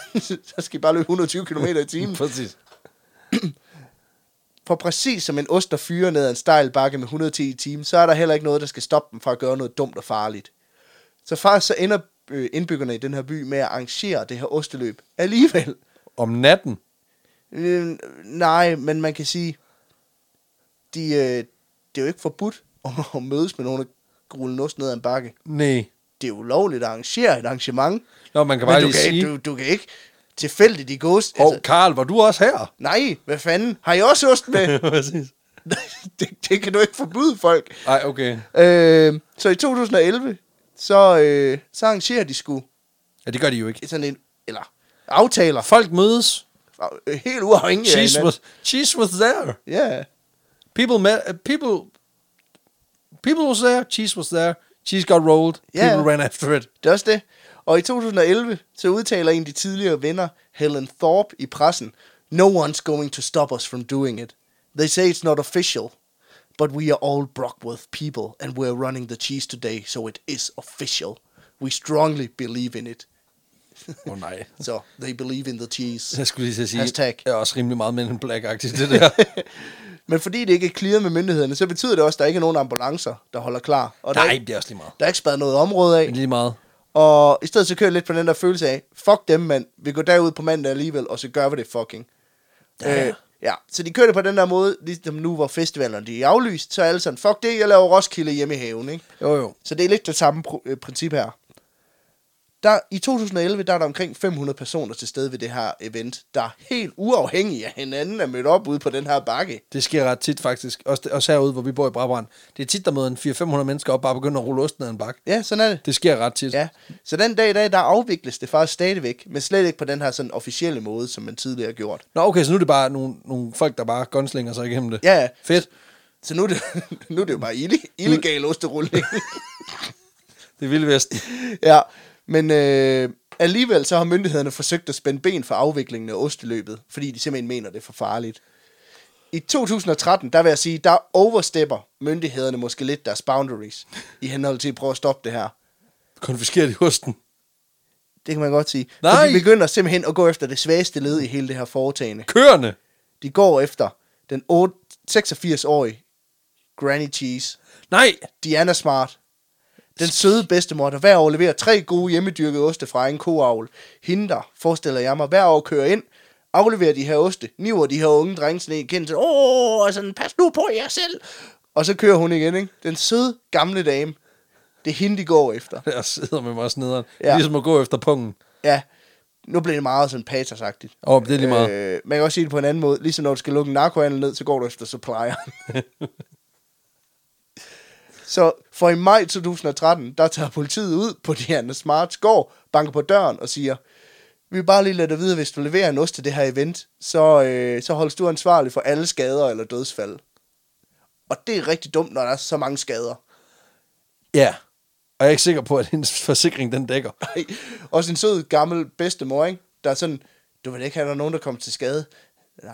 S2: (laughs) så skal I bare løbe 120 km i timen.
S1: Præcis.
S2: For præcis som en ost, der fyrer ned ad en stejl bakke med 110 i timen, så er der heller ikke noget, der skal stoppe dem fra at gøre noget dumt og farligt. Så faktisk så ender øh, indbyggerne i den her by med at arrangere det her osteløb alligevel.
S1: Om natten.
S2: Øh, nej, men man kan sige, de, øh, det er jo ikke forbudt (laughs) at- at mødes med nogen, der gruller en ost ned ad en bakke.
S1: Nej.
S2: Det er ulovligt at arrangere et arrangement.
S1: Nå, man kan
S2: Men
S1: bare
S2: du
S1: lige
S2: kan,
S1: sige,
S2: ikke,
S1: hov,
S2: du, du kan ikke tilfældigt i gods.
S1: Karl, Carl, var du også
S2: (laughs)
S1: her?
S2: nej, hvad fanden? Har I også
S1: (laughs)
S2: ost med?
S1: Præcis.
S2: det, det kan du ikke forbyde folk.
S1: Ej, okay.
S2: Øh, så i 2011, så, øh, så arrangerer de sgu
S1: Ja, det gør de jo ikke.
S2: sådan en, eller aftaler,
S1: Folk mødes.
S2: øh, helt uafhængigt
S1: Cheese
S2: af
S1: was, cheese was there.
S2: hinanden. Ja,
S1: People met, uh, people, people was there, cheese was there. Cheese got rolled,
S2: Ja.
S1: people ran after it.
S2: det er også det. Og i 2011, så udtaler en af de tidligere venner, Helen Thorpe, i pressen, No one's going to stop us from doing it. They say it's not official, but we are all Brockworth people, and we're running the cheese today, so it is official. We strongly believe in it.
S1: Åh oh, nej.
S2: So they believe in the cheese.
S1: Jeg skulle lige til at sige,
S2: Hashtag.
S1: jeg er også rimelig meget Men in Black-agtigt, det der.
S2: Men fordi det ikke er clearet med myndighederne, så betyder det også, at der ikke er nogen ambulancer, der holder klar. (laughs) Og Der,
S1: nej,
S2: er-
S1: det er også lige meget.
S2: der er ikke spadet noget område af.
S1: Det er lige meget.
S2: Og i stedet så kører jeg lidt på den der følelse af, fuck dem mand, vi går derud på mandag alligevel, og så gør vi det fucking.
S1: Ja.
S2: Øh, ja, så de kører det på den der måde, ligesom nu hvor festivalerne de er aflyst, så er alle sådan, fuck det, jeg laver Roskilde hjemme i haven, ikke?
S1: Jo, jo.
S2: Så det er lidt det samme pr- øh, princip her. Der, I 2011, der er der omkring 500 personer til stede ved det her event, der er helt uafhængige af hinanden er mødt op ude på den her bakke.
S1: Det sker ret tit faktisk. Også, også herude, hvor vi bor i Brabrand. Det er tit, der møder en 400-500 mennesker op, bare begynder at rulle osten ad en bakke.
S2: Ja, sådan er det.
S1: Det sker ret tit.
S2: Ja, så den dag i dag, der afvikles det faktisk stadigvæk, men slet ikke på den her sådan officielle måde, som man tidligere har gjort.
S1: Nå, okay, så nu er det bare nogle, nogle folk, der bare gunslinger sig igennem det.
S2: Ja, ja.
S1: Fedt.
S2: Så nu er det, (laughs) nu er det jo bare ille, illegal osterulling.
S1: Det er vildt vesten.
S2: (laughs) ja, men øh, alligevel så har myndighederne forsøgt at spænde ben for afviklingen af osteløbet, fordi de simpelthen mener, det er for farligt. I 2013, der vil jeg sige, der overstepper myndighederne måske lidt deres boundaries i henhold til at prøve at stoppe det her.
S1: Konfiskerer de osten.
S2: Det kan man godt sige. For
S1: Nej!
S2: de begynder simpelthen at gå efter det svageste led i hele det her foretagende.
S1: Køerne.
S2: De går efter den 8 86-årige Granny Cheese,
S1: Nej.
S2: Diana Smart, Den søde bedstemor, der hver år leverer tre gode hjemmedyrkede oste fra en koavl. Hende der, forestiller jeg mig, hver år kører ind, afleverer de her oste, niver de her unge drengs ned i kinden, sådan, åh, og sådan, pas nu på jer selv. Og så kører hun igen, ikke? Den søde, gamle dame. Det er hende, de går efter.
S1: (laughs) Jeg sidder med mig også nederen.
S2: Ja.
S1: Ja. Ligesom at gå efter pungen.
S2: Ja, nu bliver det meget sådan patersagtigt.
S1: Åh, oh, det er lige meget. Øh.
S2: Øh, man kan også sige det på en anden måde. Ligesom når du skal lukke en narkohandel ned, så går du efter supplier.
S1: (laughs)
S2: så for i maj 2013, der tager politiet ud på Diana Smarts gård, banker på døren og siger, vi vil bare lige lade dig vide, hvis du leverer en ost til det her event, så, øh, så holdes du ansvarlig for alle skader eller dødsfald. Og det er rigtig dumt, når der er så mange skader.
S1: Ja. Og jeg er ikke sikker på, at hendes forsikring, den dækker.
S2: Ej, også en sød, gammel bedstemor, ikke? Der er sådan, du vil ikke have, at der er nogen, der kommer til skade. Nej.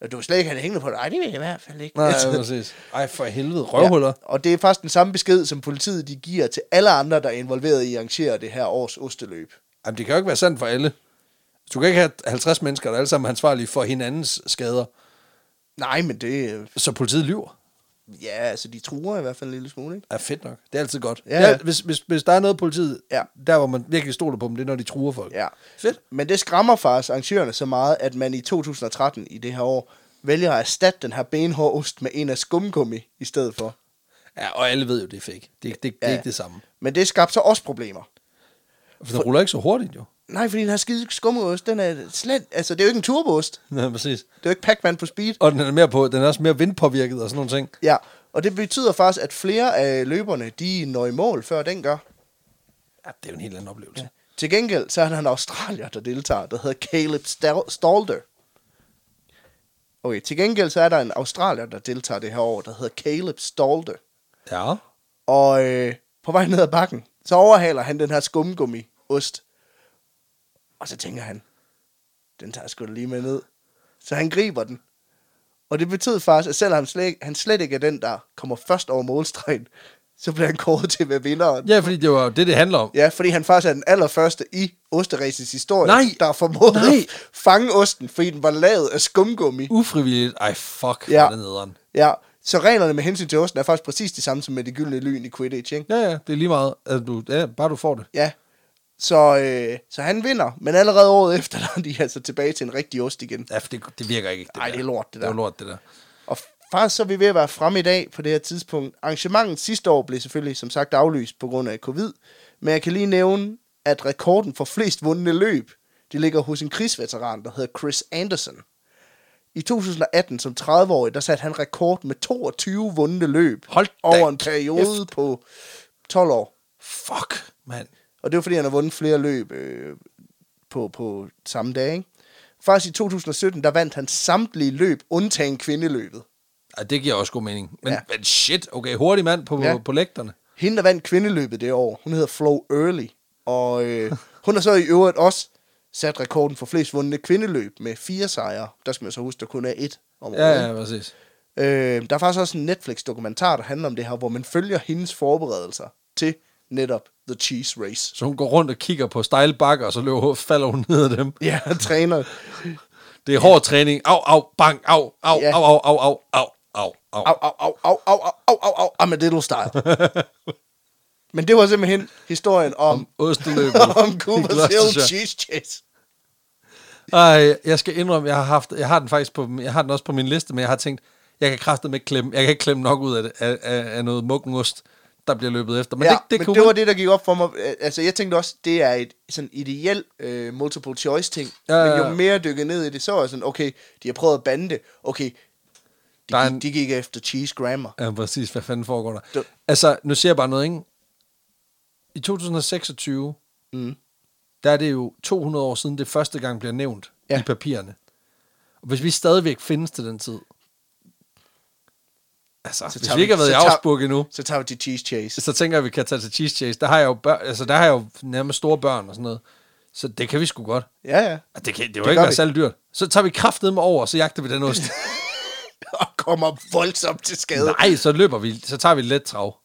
S2: Og du vil slet ikke have det hængende på dig. Nej, det vil jeg i hvert fald ikke.
S1: Nej,
S2: Altså,
S1: (laughs) ja, præcis. Ej, for helvede. Røvhuller. Ja.
S2: Og det er faktisk den samme besked, som politiet de giver til alle andre, der er involveret i at arrangere det her års osteløb.
S1: Jamen, det kan jo ikke være sandt for alle. Du kan ikke have 50 mennesker, der er alle sammen ansvarlige for hinandens skader.
S2: Nej, men det... øh,
S1: Så politiet lyver.
S2: Ja, altså, de truer i hvert fald en lille smule, ikke?
S1: Ja, fedt nok. Det er altid godt.
S2: Ja,
S1: Ja. Det
S2: ja.
S1: er, hvis, hvis, hvis der er noget politiet,
S2: Ja.
S1: der hvor man virkelig stoler på dem, det er, når de truer folk.
S2: Ja.
S1: Fedt.
S2: Men det skræmmer faktisk arrangørerne så meget, at man i 2013 i det her år vælger at erstatte den her benhårde ost med en af skumgummi i stedet for.
S1: Ja, og alle ved jo, det er fake. Det, det, det
S2: Ja.
S1: er ikke det samme.
S2: Men det skabte så også problemer.
S1: For den ruller ikke så hurtigt, jo.
S2: Nej, fordi den her skide skummeost, den er slet... Altså, det er jo ikke en turboost.
S1: (laughs) Ja, præcis.
S2: Det er jo ikke Pac-Man på speed.
S1: Og den er, mere på, den er også mere vindpåvirket og sådan nogle ting.
S2: Ja, og det betyder faktisk, at flere af løberne, de når i mål, før den gør.
S1: Ja, det er jo en helt anden oplevelse. Ja.
S2: Til gengæld, så er der en australier, der deltager, der hedder Caleb Stal- Stalder. Okay, til gengæld, så er der en australier, der deltager det her år, der hedder Caleb Stalder.
S1: ja.
S2: Og øh, på vej ned ad bakken, så overhaler han den her skumgummi-ost. Og så tænker han, den tager jeg sgu da lige med ned. Så han griber den. Og det betød faktisk, at selvom han slet, ikke- han slet ikke er den, der kommer først over målstregen, så bliver han kåret til at være vinderen.
S1: Ja, fordi det var jo det, det handler om.
S2: Ja, fordi han faktisk er den allerførste i Osteræsets historie,
S1: Nej!
S2: der har formået
S1: Nej!
S2: at fange osten, fordi den var lavet af skumgummi.
S1: Ufrivilligt. Ej, fuck.
S2: Ja.
S1: Ja. Den nederen.
S2: Ja, så reglerne med hensyn til osten er faktisk præcis de samme som med det gyldne lyn i Quidditch, ikke?
S1: Ja, ja, det er lige meget. Altså, du, ja, bare du får det.
S2: Ja. Så, øh, så han vinder, men allerede året efter, (laughs) der er de altså tilbage til en rigtig ost igen.
S1: Ja, for det, det virker ikke.
S2: Ej,
S1: der.
S2: det er lort, det
S1: Det
S2: der.
S1: er jo lort, det der.
S2: Og faktisk så er vi ved at være fremme i dag på det her tidspunkt. Arrangementet sidste år blev selvfølgelig som sagt aflyst på grund af covid, men jeg kan lige nævne, at rekorden for flest vundne løb, det ligger hos en krigsveteran, der hedder Chris Anderson. I 2018 som 30-årig, der satte han rekord med 22 vundne løb
S1: Hold da
S2: over en periode på 12 år.
S1: Fuck, mand.
S2: Og det var, fordi han har vundet flere løb øh, på, på samme dag, ikke? Faktisk i 2017, der vandt han samtlige løb, undtagen kvindeløbet.
S1: Ej, det giver også god mening. Men,
S2: Ja.
S1: ja. men shit, okay, hurtig mand på,
S2: Ja.
S1: ja. på lægterne.
S2: Hende, der vandt kvindeløbet det år, hun hedder Flo Early.
S1: (laughs)
S2: Og øh, hun har så i øvrigt også sat rekorden for flest vundne kvindeløb med fire sejre. Der skal man så huske, der kun er et om
S1: Ja,
S2: året.
S1: ja, præcis.
S2: Øh, der er faktisk også en Netflix-dokumentar, der handler om det her, hvor man følger hendes forberedelser til netop The Cheese Race.
S1: Så hun går rundt og kigger på stejle bakker, og så løber, falder hun ned af dem.
S2: Ja, (laughs) træner.
S1: Det er hård træning. Au, au, bang, au, au,
S2: Ja.
S1: ja. au, au, au, au, au, au, au.
S2: Au, au, au, au, au, au, au, au, au, Armadillo
S1: (laughs)
S2: style. Men det var simpelthen historien om, (laughs)
S1: Osteløbet.
S2: om
S1: i
S2: Cooper's Hill
S1: Gloucestershire.
S2: Cheese Chase.
S1: Ej, jeg skal indrømme, jeg har haft, jeg har den faktisk på, jeg har den også på min liste, men jeg har tænkt, jeg kan kraftet ikke klemme, jeg kan ikke klemme nok ud af, det, af, af, af noget muggenost, der bliver løbet efter. Men
S2: Men ja,
S1: det, det,
S2: men
S1: kunne
S2: det var
S1: man-
S2: det, der gik op for mig. Øh, Altså, jeg tænkte også, det er et sådan ideel øh, multiple choice ting. Ja,
S1: Ja, ja,
S2: ja, ja. Men jo
S1: ja.
S2: mere jeg dykkede ned i det, så var jeg sådan, okay, de har prøvet at bande det. Okay, de,
S1: Der er
S2: gik,
S1: en-
S2: de gik efter cheese grammar.
S1: Ja, præcis. Hvad fanden foregår der?
S2: Det-
S1: Altså, nu siger jeg bare noget, ikke? I 2026,
S2: Mm.
S1: der er det jo 200 år siden, det første gang bliver nævnt
S2: Ja.
S1: ja. i papirerne. Og hvis vi stadigvæk findes til den tid, altså, så hvis
S2: tager
S1: vi ikke har været i
S2: så tager-
S1: Augsburg endnu,
S2: Så tager vi til cheese chase.
S1: så tænker jeg, at vi kan tage til Cheese Chase. Der har jeg jo, bør, altså, der har jeg jo nærmest store børn og sådan noget. Så det kan vi sgu godt.
S2: Ja, ja. (laughs)
S1: Og Det, kan, det vil
S2: gør
S1: jo ikke
S2: vi.
S1: være særlig dyrt. Så tager vi kraftet med over, og så jagter vi den
S2: (laughs)
S1: ost.
S2: Og kommer voldsomt til skade.
S1: Nej, så løber vi, så tager vi et let trav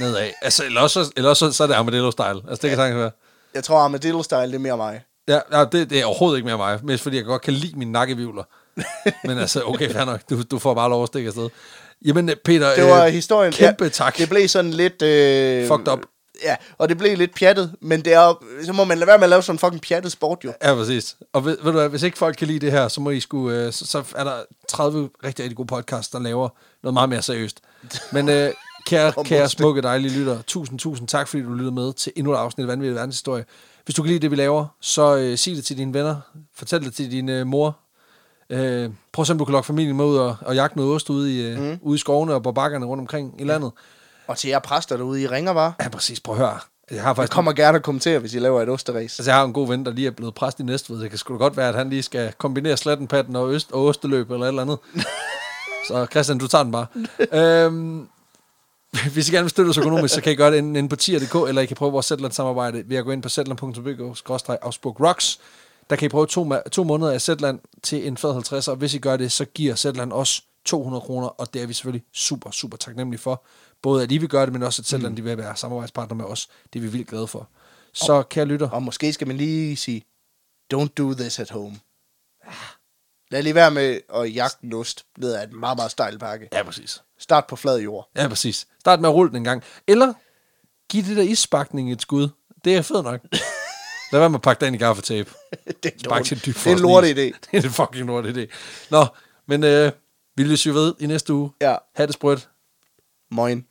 S1: nedad. Altså, eller også, eller også så er det Armadillo-style. Altså, det kan sagtens være.
S2: Jeg tror, Armadillo-style, det er mere mig.
S1: Ja, ja det, det, er overhovedet ikke mere mig. Mest fordi jeg godt kan lide mine nakkevivler. Men altså, okay, fair nok. Du, du får bare lov at stikke afsted. Jamen, Peter, øh,
S2: Det var historien.
S1: kæmpe tak.
S2: Det blev sådan lidt... Øh,
S1: Fucked up.
S2: Ja, og det blev lidt pjattet, men det er, så må man lade være med at lave sådan en fucking pjattet sport, jo.
S1: Ja, præcis. Og ved, ved du hvad, hvis ikke folk kan lide det her, så, må I sgu, øh, så, så er der 30 rigtig, rigtig gode podcasts, der laver noget meget mere seriøst. Men
S2: (laughs)
S1: øh, kære,
S2: Og
S1: kære
S2: måske.
S1: smukke, dejlige lytter, tusind, tusind tak, fordi du lyttede med til endnu et afsnit af Vanvittig Verdenshistorie. Hvis du kan lide det, vi laver, så øh, sig det til dine venner. Fortæl det til din øh, mor. Øh, prøv at se, om du kan lokke familien med ud og, og jagte noget ost ude i, øh, mm. ude i skovene og på bakkerne rundt omkring i landet.
S2: Og til jer præster derude, I ringer bare.
S1: Ja, præcis. Prøv at høre. Jeg har
S2: Jeg
S1: faktisk
S2: kommer gerne og kommentere, hvis I laver et osteræs.
S1: Altså, jeg har en god ven, der lige er blevet præst i Næstved. Det kan sgu da godt være, at han lige skal kombinere slattenpatten og, øst og osteløb eller et eller andet. så Christian, du tager den bare. øhm, hvis I gerne vil støtte os økonomisk, så kan I gøre det enten inde på tier.dk, eller I kan prøve vores Zetland-samarbejde ved at gå ind på zetland.dk-afsburg-rocks. Der kan I prøve to, ma- to måneder af Zetland til en fed 50, og hvis I gør det, så giver Zetland os 200 kroner, og det er vi selvfølgelig super, super taknemmelige for. Både at I vil gøre det, men også at Zetland mm. de vil være samarbejdspartner med os. Det er vi vildt glade for. Så kære lytter,
S2: Og måske skal man lige sige, don't do this at home. Lad lige være med at jagte en ost ned ad en meget, meget stejl bakke.
S1: Ja, præcis.
S2: Start på flad jord.
S1: Ja, præcis. Start med at rulle den en gang. Eller giv det der isspakning et skud. Det er fedt nok. Lad være med at pakke det ind i gaffatape.
S2: (laughs) det er,
S1: Spark
S2: dårligt.
S1: til en dyb
S2: det er en
S1: frost
S2: lortet
S1: is.
S2: idé.
S1: (laughs) det er en fucking lortet idé. Nå, men øh, vi lyttes jo ved i næste uge.
S2: Ja.
S1: Ha' det sprødt.
S2: Moin.